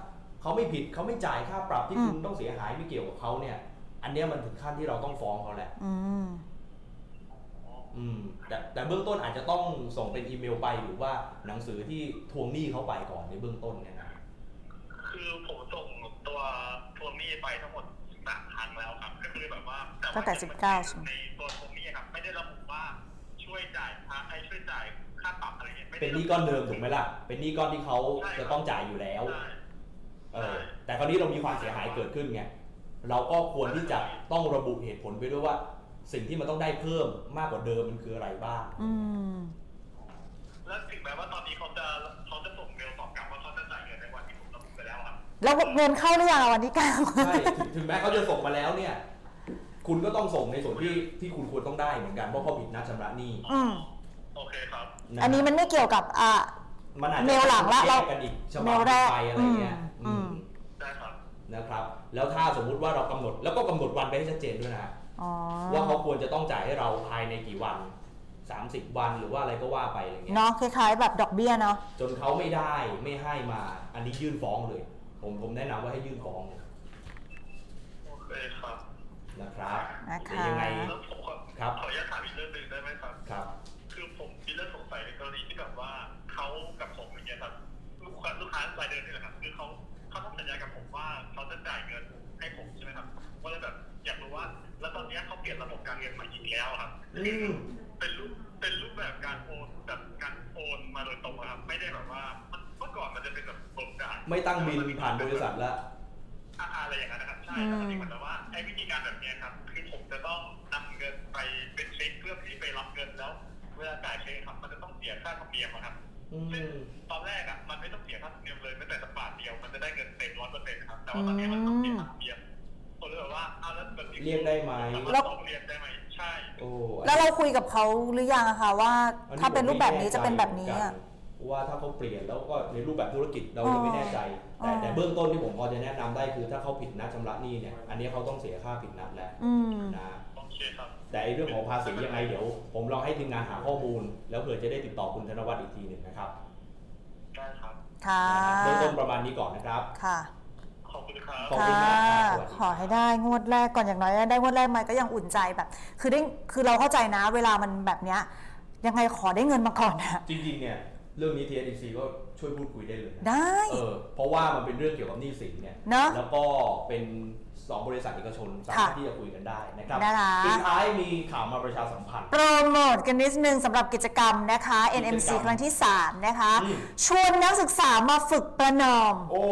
เขาไม่ผิดเขาไม่จ่ายค่าปรับที่ อืม คุณต้องเสียหายไม่เกี่ยวกับเขาเนี่ย อันเนี้ยมันถึงขั้นที่เราต้องฟ้องเขาแหละ อืม อืมแต่แต่เบื้องต้นอาจจะต้องส่งเป็นอีเมลไปหรือว่าหนังสือที่ทวงหนี้เขาไปก่อนในเบื้องต้นเนี่ยนะ คือผมส่งตัวทวงหนี้ไปทั้งหมดสามครั้งแล้วครับ ก็คือแบบว่า ตั้งแต่19ใช่ไหม ในตัวทวงหนี้ครับ ไม่ได้ระบุว่าช่วยจ่ายค่าไอ้ช่วยจ่ายค่าปรับอะไรเงี้ยไม่ เป็ ได้ นห ระ นี้ บุ ก้อนเดิมถูกไหมล่ะ เป็นหนี้ก้อนที่เขา ใช่ครับ จะต้องจ่ายอยู่แล้ว ใช่ เออแต่คราวนี้เรามีความเสียหายเกิดขึ้นไงเราก็ควรที่จะต้องระบุเหตุผลไปด้วยว่า สิ่งที่มันต้องได้เพิ่มมากกว่าเดิมมันคืออะไรบ้าง อืม และถึงแม้ว่าตอนนี้เขาจะเขาจะส่งเมลตอบกลับว่าเขาจะจ่ายเงินในวันที่ผมระบุไปแล้วครับ แล้วเงินเข้าหรือยังอะวันที่เก้า (laughs) ใช่ถึงถึงแม้เขาจะส่งมาแล้วเนี่ย คุณก็ต้องส่งในส่วนที่ที่คุณควรต้องได้เหมือนกันเพราะเขาผิดนัดชำระหนี้ อืม โอเคครับ ะ อันนี้มันไม่เกี่ยวกับอ่า มันอาจจะ เมลหลังละเรา แยกกันอีกฉ เม บับ ลแรก ไปอะไรเงี้ย อืม อืม ได้ครับ นะครับ แล้วถ้าสมมุติว่าเรากำหนดแล้วก็กำหนดวันไปให้ชัดเจนด้วยนะ อ๋อ ว่าเขาควรจะต้องจ่ายให้เราภายในกี่วัน 30 วันหรือว่าอะไรก็ว่าไปอะไรเงี้ย เนาะคล้ายๆแบบดอกเบี้ยเนาะ จนเขาไม่ได้ไม่ให้มา อันนี้ยื่นฟ้องเลย ผมผมแนะนำว่าให้ยื่นฟ้องเลย โอเคครับ นะครับ นะคะ หรือยังไง แล้วผมขอ ครับ ขออนุญาตถามอีกเรื่องหนึ่งได้ไหมครับ ครับ คือผมมีเรื่องสงสัยในกรณีที่แบบว่าเขากับผมอย่างเงี้ยครับลูกค้าลูกค้ารายเดือนนี่แหละครับคือเขาเขาทำสัญญากับผมว่าเขาจะจ่ายเงินให้ผมใช่ไหมครับผมก็เลยแบบอยากรู้ว่า แล้วตอนเนี้ยเขาเปลี่ยนระบบการเงินใหม่อีกแล้วครับ อืม เป็นรูปเป็นรูปแบบการโอนแบบการโอนมาโดยตรงอะครับไม่ได้แบบว่ามันเมื่อก่อนมันจะเป็นแบบระบบจ่าย ไม่ตั้งบินผ่านบริษัทละ อะไรอย่างนั้นนะครับใช่ครับจริงๆเหมือนแต่ว่าไอ้วิธีการแบบเนี้ยครับคือผมจะต้องนำเงินไปเป็นเช็คเพื่อที่ไปรับเงินแล้ว เวลาจ่ายเช็คครับมันจะต้องเสียค่าธรรมเนียมอะครับ อื ซึ่ง ม ตอนแรกอ่ะมันไม่ต้องเสียค่าธรรมเนียมเลยแม้แต่สักบาทเดียวมันจะได้เงินเต็มร้อยเปอร์เซ็นต์ครับแต่ว่าตอนนี้มันต้องเสียค่าธรรมเนียมผมเลยแบบว่าเอาแล้วแบบนี้ เรียกได้ไหม สามารถร้องเรียนได้ไหมใช่ โอ้ แล้วเราคุยกับเขาหรือยังอะคะว่า อั ถ้าเป็นรูปแบบนี้จะเป็นแบบนี้ ผมไม่ อะ แใจเหมือนกันว่าถ้าเขาเปลี่ยนแล้วก็ในรูปแบบธุรกิจเรายังไม่แน่ใจ อ๋อ แต่แต่เบื้องต้นที่ผมพอจะแนะนำได้คือถ้าเขาผิดนัดชำระหนี้เนี่ย อันนี้เขาต้องเสียค่าผิดนัดแล้ว อืม นะ โอเคครับ แต่ไอ้เรื่องของภาษียังไงเดี๋ยว ผมลองให้ทีมงานหาข้อมูล แล้วเผื่อจะได้ติดต่อคุณธนวัฒน์อีกทีหนึ่งนะครับ ได้ครับ ค่ะ นะครับเบื้องต้นประมาณนี้ก่อนนะครับ ค่ะ ขอบคุณครับ ขอบคุ ค่ะ ณมากครับสวัสดีครับ ขอให้ได้งวดแรกก่อนอย่างน้อยได้งวดแรกมาก็ยังอุ่นใจแบบ คือได้ คือเราเข้าใจนะ เวลามันแบบเนี้ย ยังไงขอได้เงินมาก่อนนะ (laughs) จริงๆเนี่ยเรื่องนี้ TNC ก็ช่วยพูดคุยได้เลยนะ ได้ เออเพราะว่ามันเป็นเรื่องเกี่ยวกับหนี้สินเนี่ย เนอะ แล้วก็เป็นสองบริษัทเอกชนสา ค่ะ มารถที่จะคุยกันได้นะครับ นะคะ สุดท้ายมีข่าวมาประชาสัมพันธ์ โปรโมทกันนิดนึงสำหรับกิจกรรมนะคะ NMC กิจกรรม ครั้งที่ 3 นะคะ อืม ชวนนักศึกษามาฝึกประนอม โอ้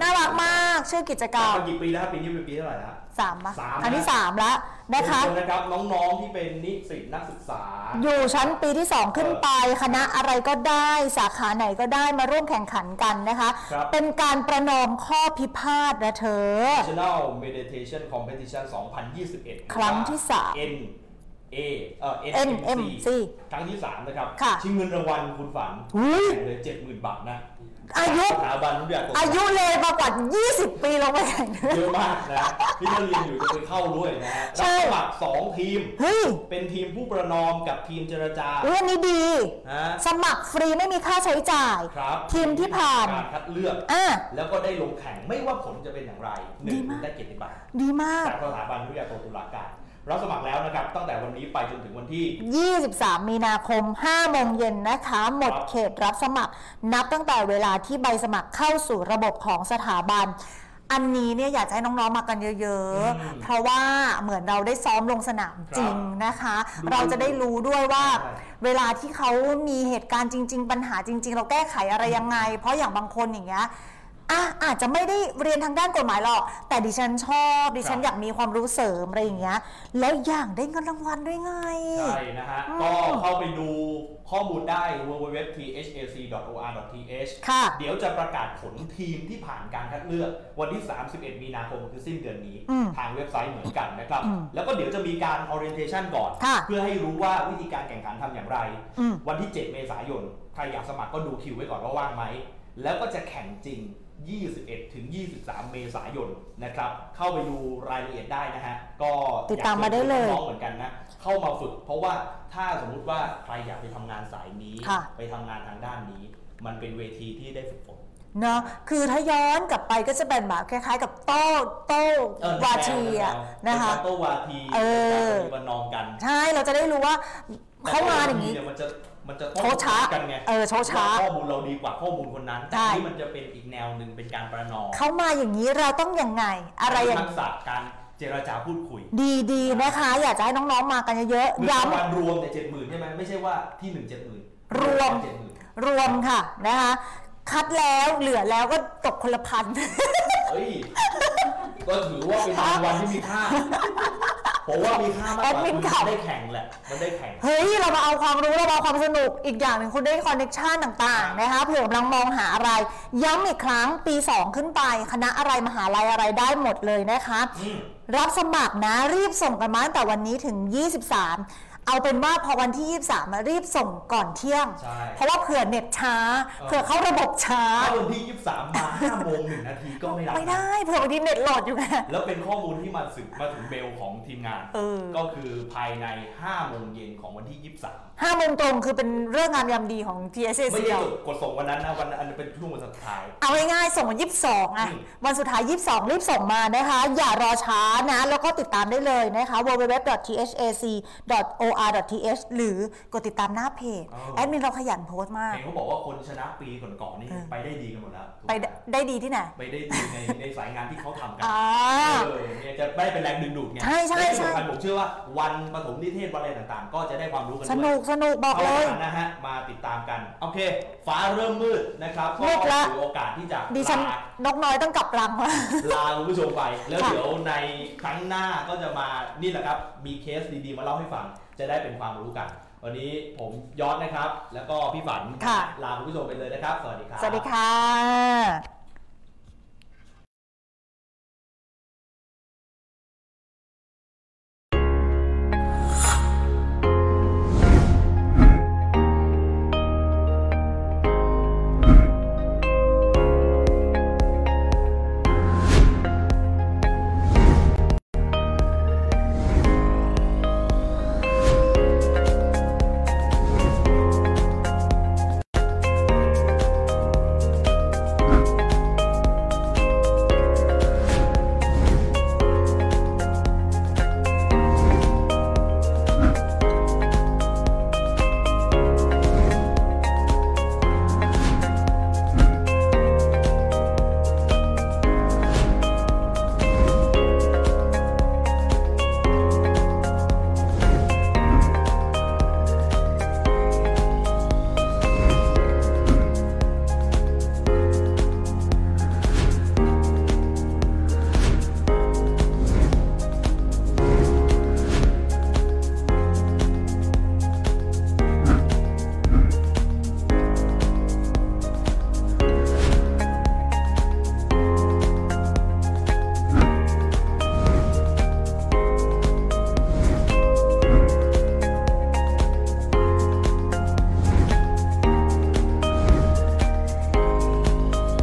น่ารักมากชื่อกิจกรรม มากี่ปีแล้วครับปีนี้เป็นปีเท่าไหร่แล้วฮะ สามปะ สามนะ อันที่สามแล้วนะคะ เชิญนะครับน้องๆที่เป็นนิสิตนักศึกษา อยู่ชั้นปีที่ 2 ขึ้นไป คณะอะไรก็ได้สาขาไหนก็ได้มาร่วมแข่งขันกันนะคะ ครับ เป็นการประนอมข้อพิพาทนะเธอ National Meditation Competition 2021 ครั้งที่สาม N A เอ่อ NMC ครั้งที่ 3 นะครับ ค่ะ ชิงเงินรางวัลคุณฝัน อุ๊ย แข่งเลย70,000 บาทนะ อายุ สถาบันวิทยากร อายุเลยมากกว่า 20 ปีลงไปแข่งด้วย เยอะมากนะพี่ถ้าเรียนอยู่จะไปเข้าด้วยนะฮะ ใช่ รับสมัครสองทีม เฮ้ย เป็นทีมผู้ประนอมกับทีมเจรจา เรื่องนี้ดี ฮะ สมัครฟรีไม่มีค่าใช้จ่าย ครับ ทีมที่ผ่าน การคัดเลือก อ่ะ แล้วก็ได้ลงแข่งไม่ว่าผลจะเป็นอย่างไรหนึ่ ดี ง มาก ได้เกียรติบัตร ดีมาก จากสถาบันวิทยาตุลาการรับสมัครแล้วนะครับ ตั้งแต่วันนี้ไปจนถึงวันที่ 23 มีนาคม 5 โมงเย็นนะคะ หมดเขตรับสมัคร นับตั้งแต่เวลาที่ใบสมัครเข้าสู่ระบบของสถาบัน อันนี้เนี่ยอยากจะให้น้องๆมากันเยอะ อืม ๆ เพราะว่าเหมือนเราได้ซ้อมลงสนามจริงนะคะ ดู เราจะได้รู้ด้วยว่า ใช่ เวลาที่เขามีเหตุการณ์จริง ๆ ปัญหาจริง ๆ เราแก้ไขอะไรยังไง เพราะอย่างบางคนอย่างเงี้ยอ่ะอาจจะไม่ได้เรียนทางด้านกฎหมายหรอก แต่ดิฉันชอบ ดิฉันอยากมีความรู้เสริมอะไรอย่างเงี้ย แล้วอย่างได้เงินรางวัลด้วยไง ใช่นะฮะ อืม ก็เข้าไปดูข้อมูลได้ www.thac.or.th ค่ะ เดี๋ยวจะประกาศผลทีมที่ผ่านการคัดเลือกวันที่ 31 มีนาคมคือสิ้นเดือนนี้ อืม ทางเว็บไซต์เหมือนกันนะครับ อืม แล้วก็เดี๋ยวจะมีการ orientation ก่อน ค่ะ เพื่อให้รู้ว่าวิธีการแข่งขันทำอย่างไร อืม วันที่ 7 เมษายน ใครอยากสมัครก็ดูคิวไว้ก่อนว่าว่างไหม แล้วก็จะแข่งจริง 21 ถึง 23 เมษายนนะครับ เข้าไปดูรายละเอียดได้นะฮะ ก็ ติดตามมาได้เลย อากชิญชวนน้องๆเหมือนกันนะ เข้ามาฝึก เพราะว่าถ้าสมมุติว่าใครอยากไปทำงานสายนี้ ค่ะ ไปทำงานทางด้านนี้ มันเป็นเวทีที่ได้ฝึกฝน เนาะคือถ้าย้อนกลับไปก็จะเป็นแบบคล้ายๆ กับโต้โต้ เออ วาทีอะ เป็ นะคะ เป็นโต้วาที เออ เป็นการปฏิบัตินองกัน ใช่เราจะได้รู้ว่าเขามาอย่าง นี้ นี้ มันจะมันจะ โชว์ช้า กันไง เออโชว์ช้า ว่ข้อมูลเราดีกว่าข้อมูลคนนั้น ใช่ แต่นี่มันจะเป็นอีกแนวหนึ่งเป็นการประนอม เขามาอย่างนี้เราต้องยังไง อะไรอย่าง ทักษะการเจรจาพูดคุย ดีดีๆนะคะ อยากจะให้น้องๆมากันเยอะ เงิ ๆ น ย้ รางวัลรวมแต่เจ็ดหมื่นใช่ไหมไม่ใช่ว่าที่หนึ่งเจ็ดหมื่น รวม เจ็ดหมื่น ำรวมค่ะนะคะ คัดแล้วเหลือแล้วก็ตกคนละ (laughs) พัน เฮ้ยก็ถือว่าเป็นรางวัลที่มีค่า ผมว่ามีค่ามากก แอ ว่า ดมิน คือ เก่า ได้แข่งแหละ มันได้แข่ง เฮ้ย เรามาเอาความรู้ เรามาเอาความสนุกอีกอย่างหนึ่งคุณได้คอนเน็ชันต่างๆนะคะเผื่อกำลังมองหาอะไร ย้ำอีกครั้งปี 2 ขึ้นไป คณะอะไรมหาลัยอะไรได้หมดเลยนะคะ อืม รับสมัครนะรีบส่งกันมาตั้งแต่วันนี้ถึง 23 เอาเป็นว่าพอวันที่ 23มารีบส่งก่อนเที่ยง ใช่ เพราะว่าเผื่อเน็ตช้า เออ เผื่อเข้าระบบช้า ถ้าวันที่ 23 มา5โมงหนึ่งนาทีก็ไม่รับ ไม่ได้เผื่อบางทีเน็ตโหลดอยู่ไง แล้วเป็นข้อมูลที่มาสึกมาถึงเบลของทีมงาน เออ ก็คือภายใน5โมงเย็นของวันที่ 23 ห้าโมงตรงคือเป็นเรื่องงามยามดีของ GSC ไม่ได้กดส่งวันนั้นนะ วันอันเป็นช่วงวันสุดท้าย เอาง่ายๆส่งวันยี่สิบสองอะ อืม วันสุดท้ายยี่สิบสองรีบส่งมานะคะ อย่ารอช้านะ แล้วก็ติดตามได้เลยนะคะ www.thac.or.th หรือกดติดตามหน้าเพจ แอดมินเราขยันโพสต์มาก เห็นเขาบอกว่าคนชนะปีก่อนๆนี่ เออ ไปได้ดีกันหมดแล้วถูกหม ไปได้ได้ดีที่ไหน ไปได้ดีในในสายงานที่เขาทำกัน อ่า เออเนี่ยจะได้เป็นแรงดึงดูดไง ใช่ใช่ และที่ ใช่ สำคัญผมเชื่อว่าวันปฐมนิเทศวันอะไรต่างๆ ก็จะได้ความรู้กัน ส ด้ว นุ ย กสนุกบอก เอา เล ละ ย นะฮะมาติดตามกัน โอเค ฟ้าเริ่มมืดนะครับก็ มืดละ ถือโอกาสที่จะ ดิฉัน ลาน กน้อยต้องกลับรังแล้ว ลาคุณผู้ชมไป แล้ว ค่ะ เดี๋ยวในครั้งหน้าก็จะมานี่แหละครับ มีเคสดีๆ มาเล่าให้ฟัง จะได้เป็นความรู้กัน วันนี้ผมยอดนะครับ แล้วก็พี่ฝันลาคุณผู้ชมไปเลยนะครับ สวัสดีครับ สวัสดีค่ะ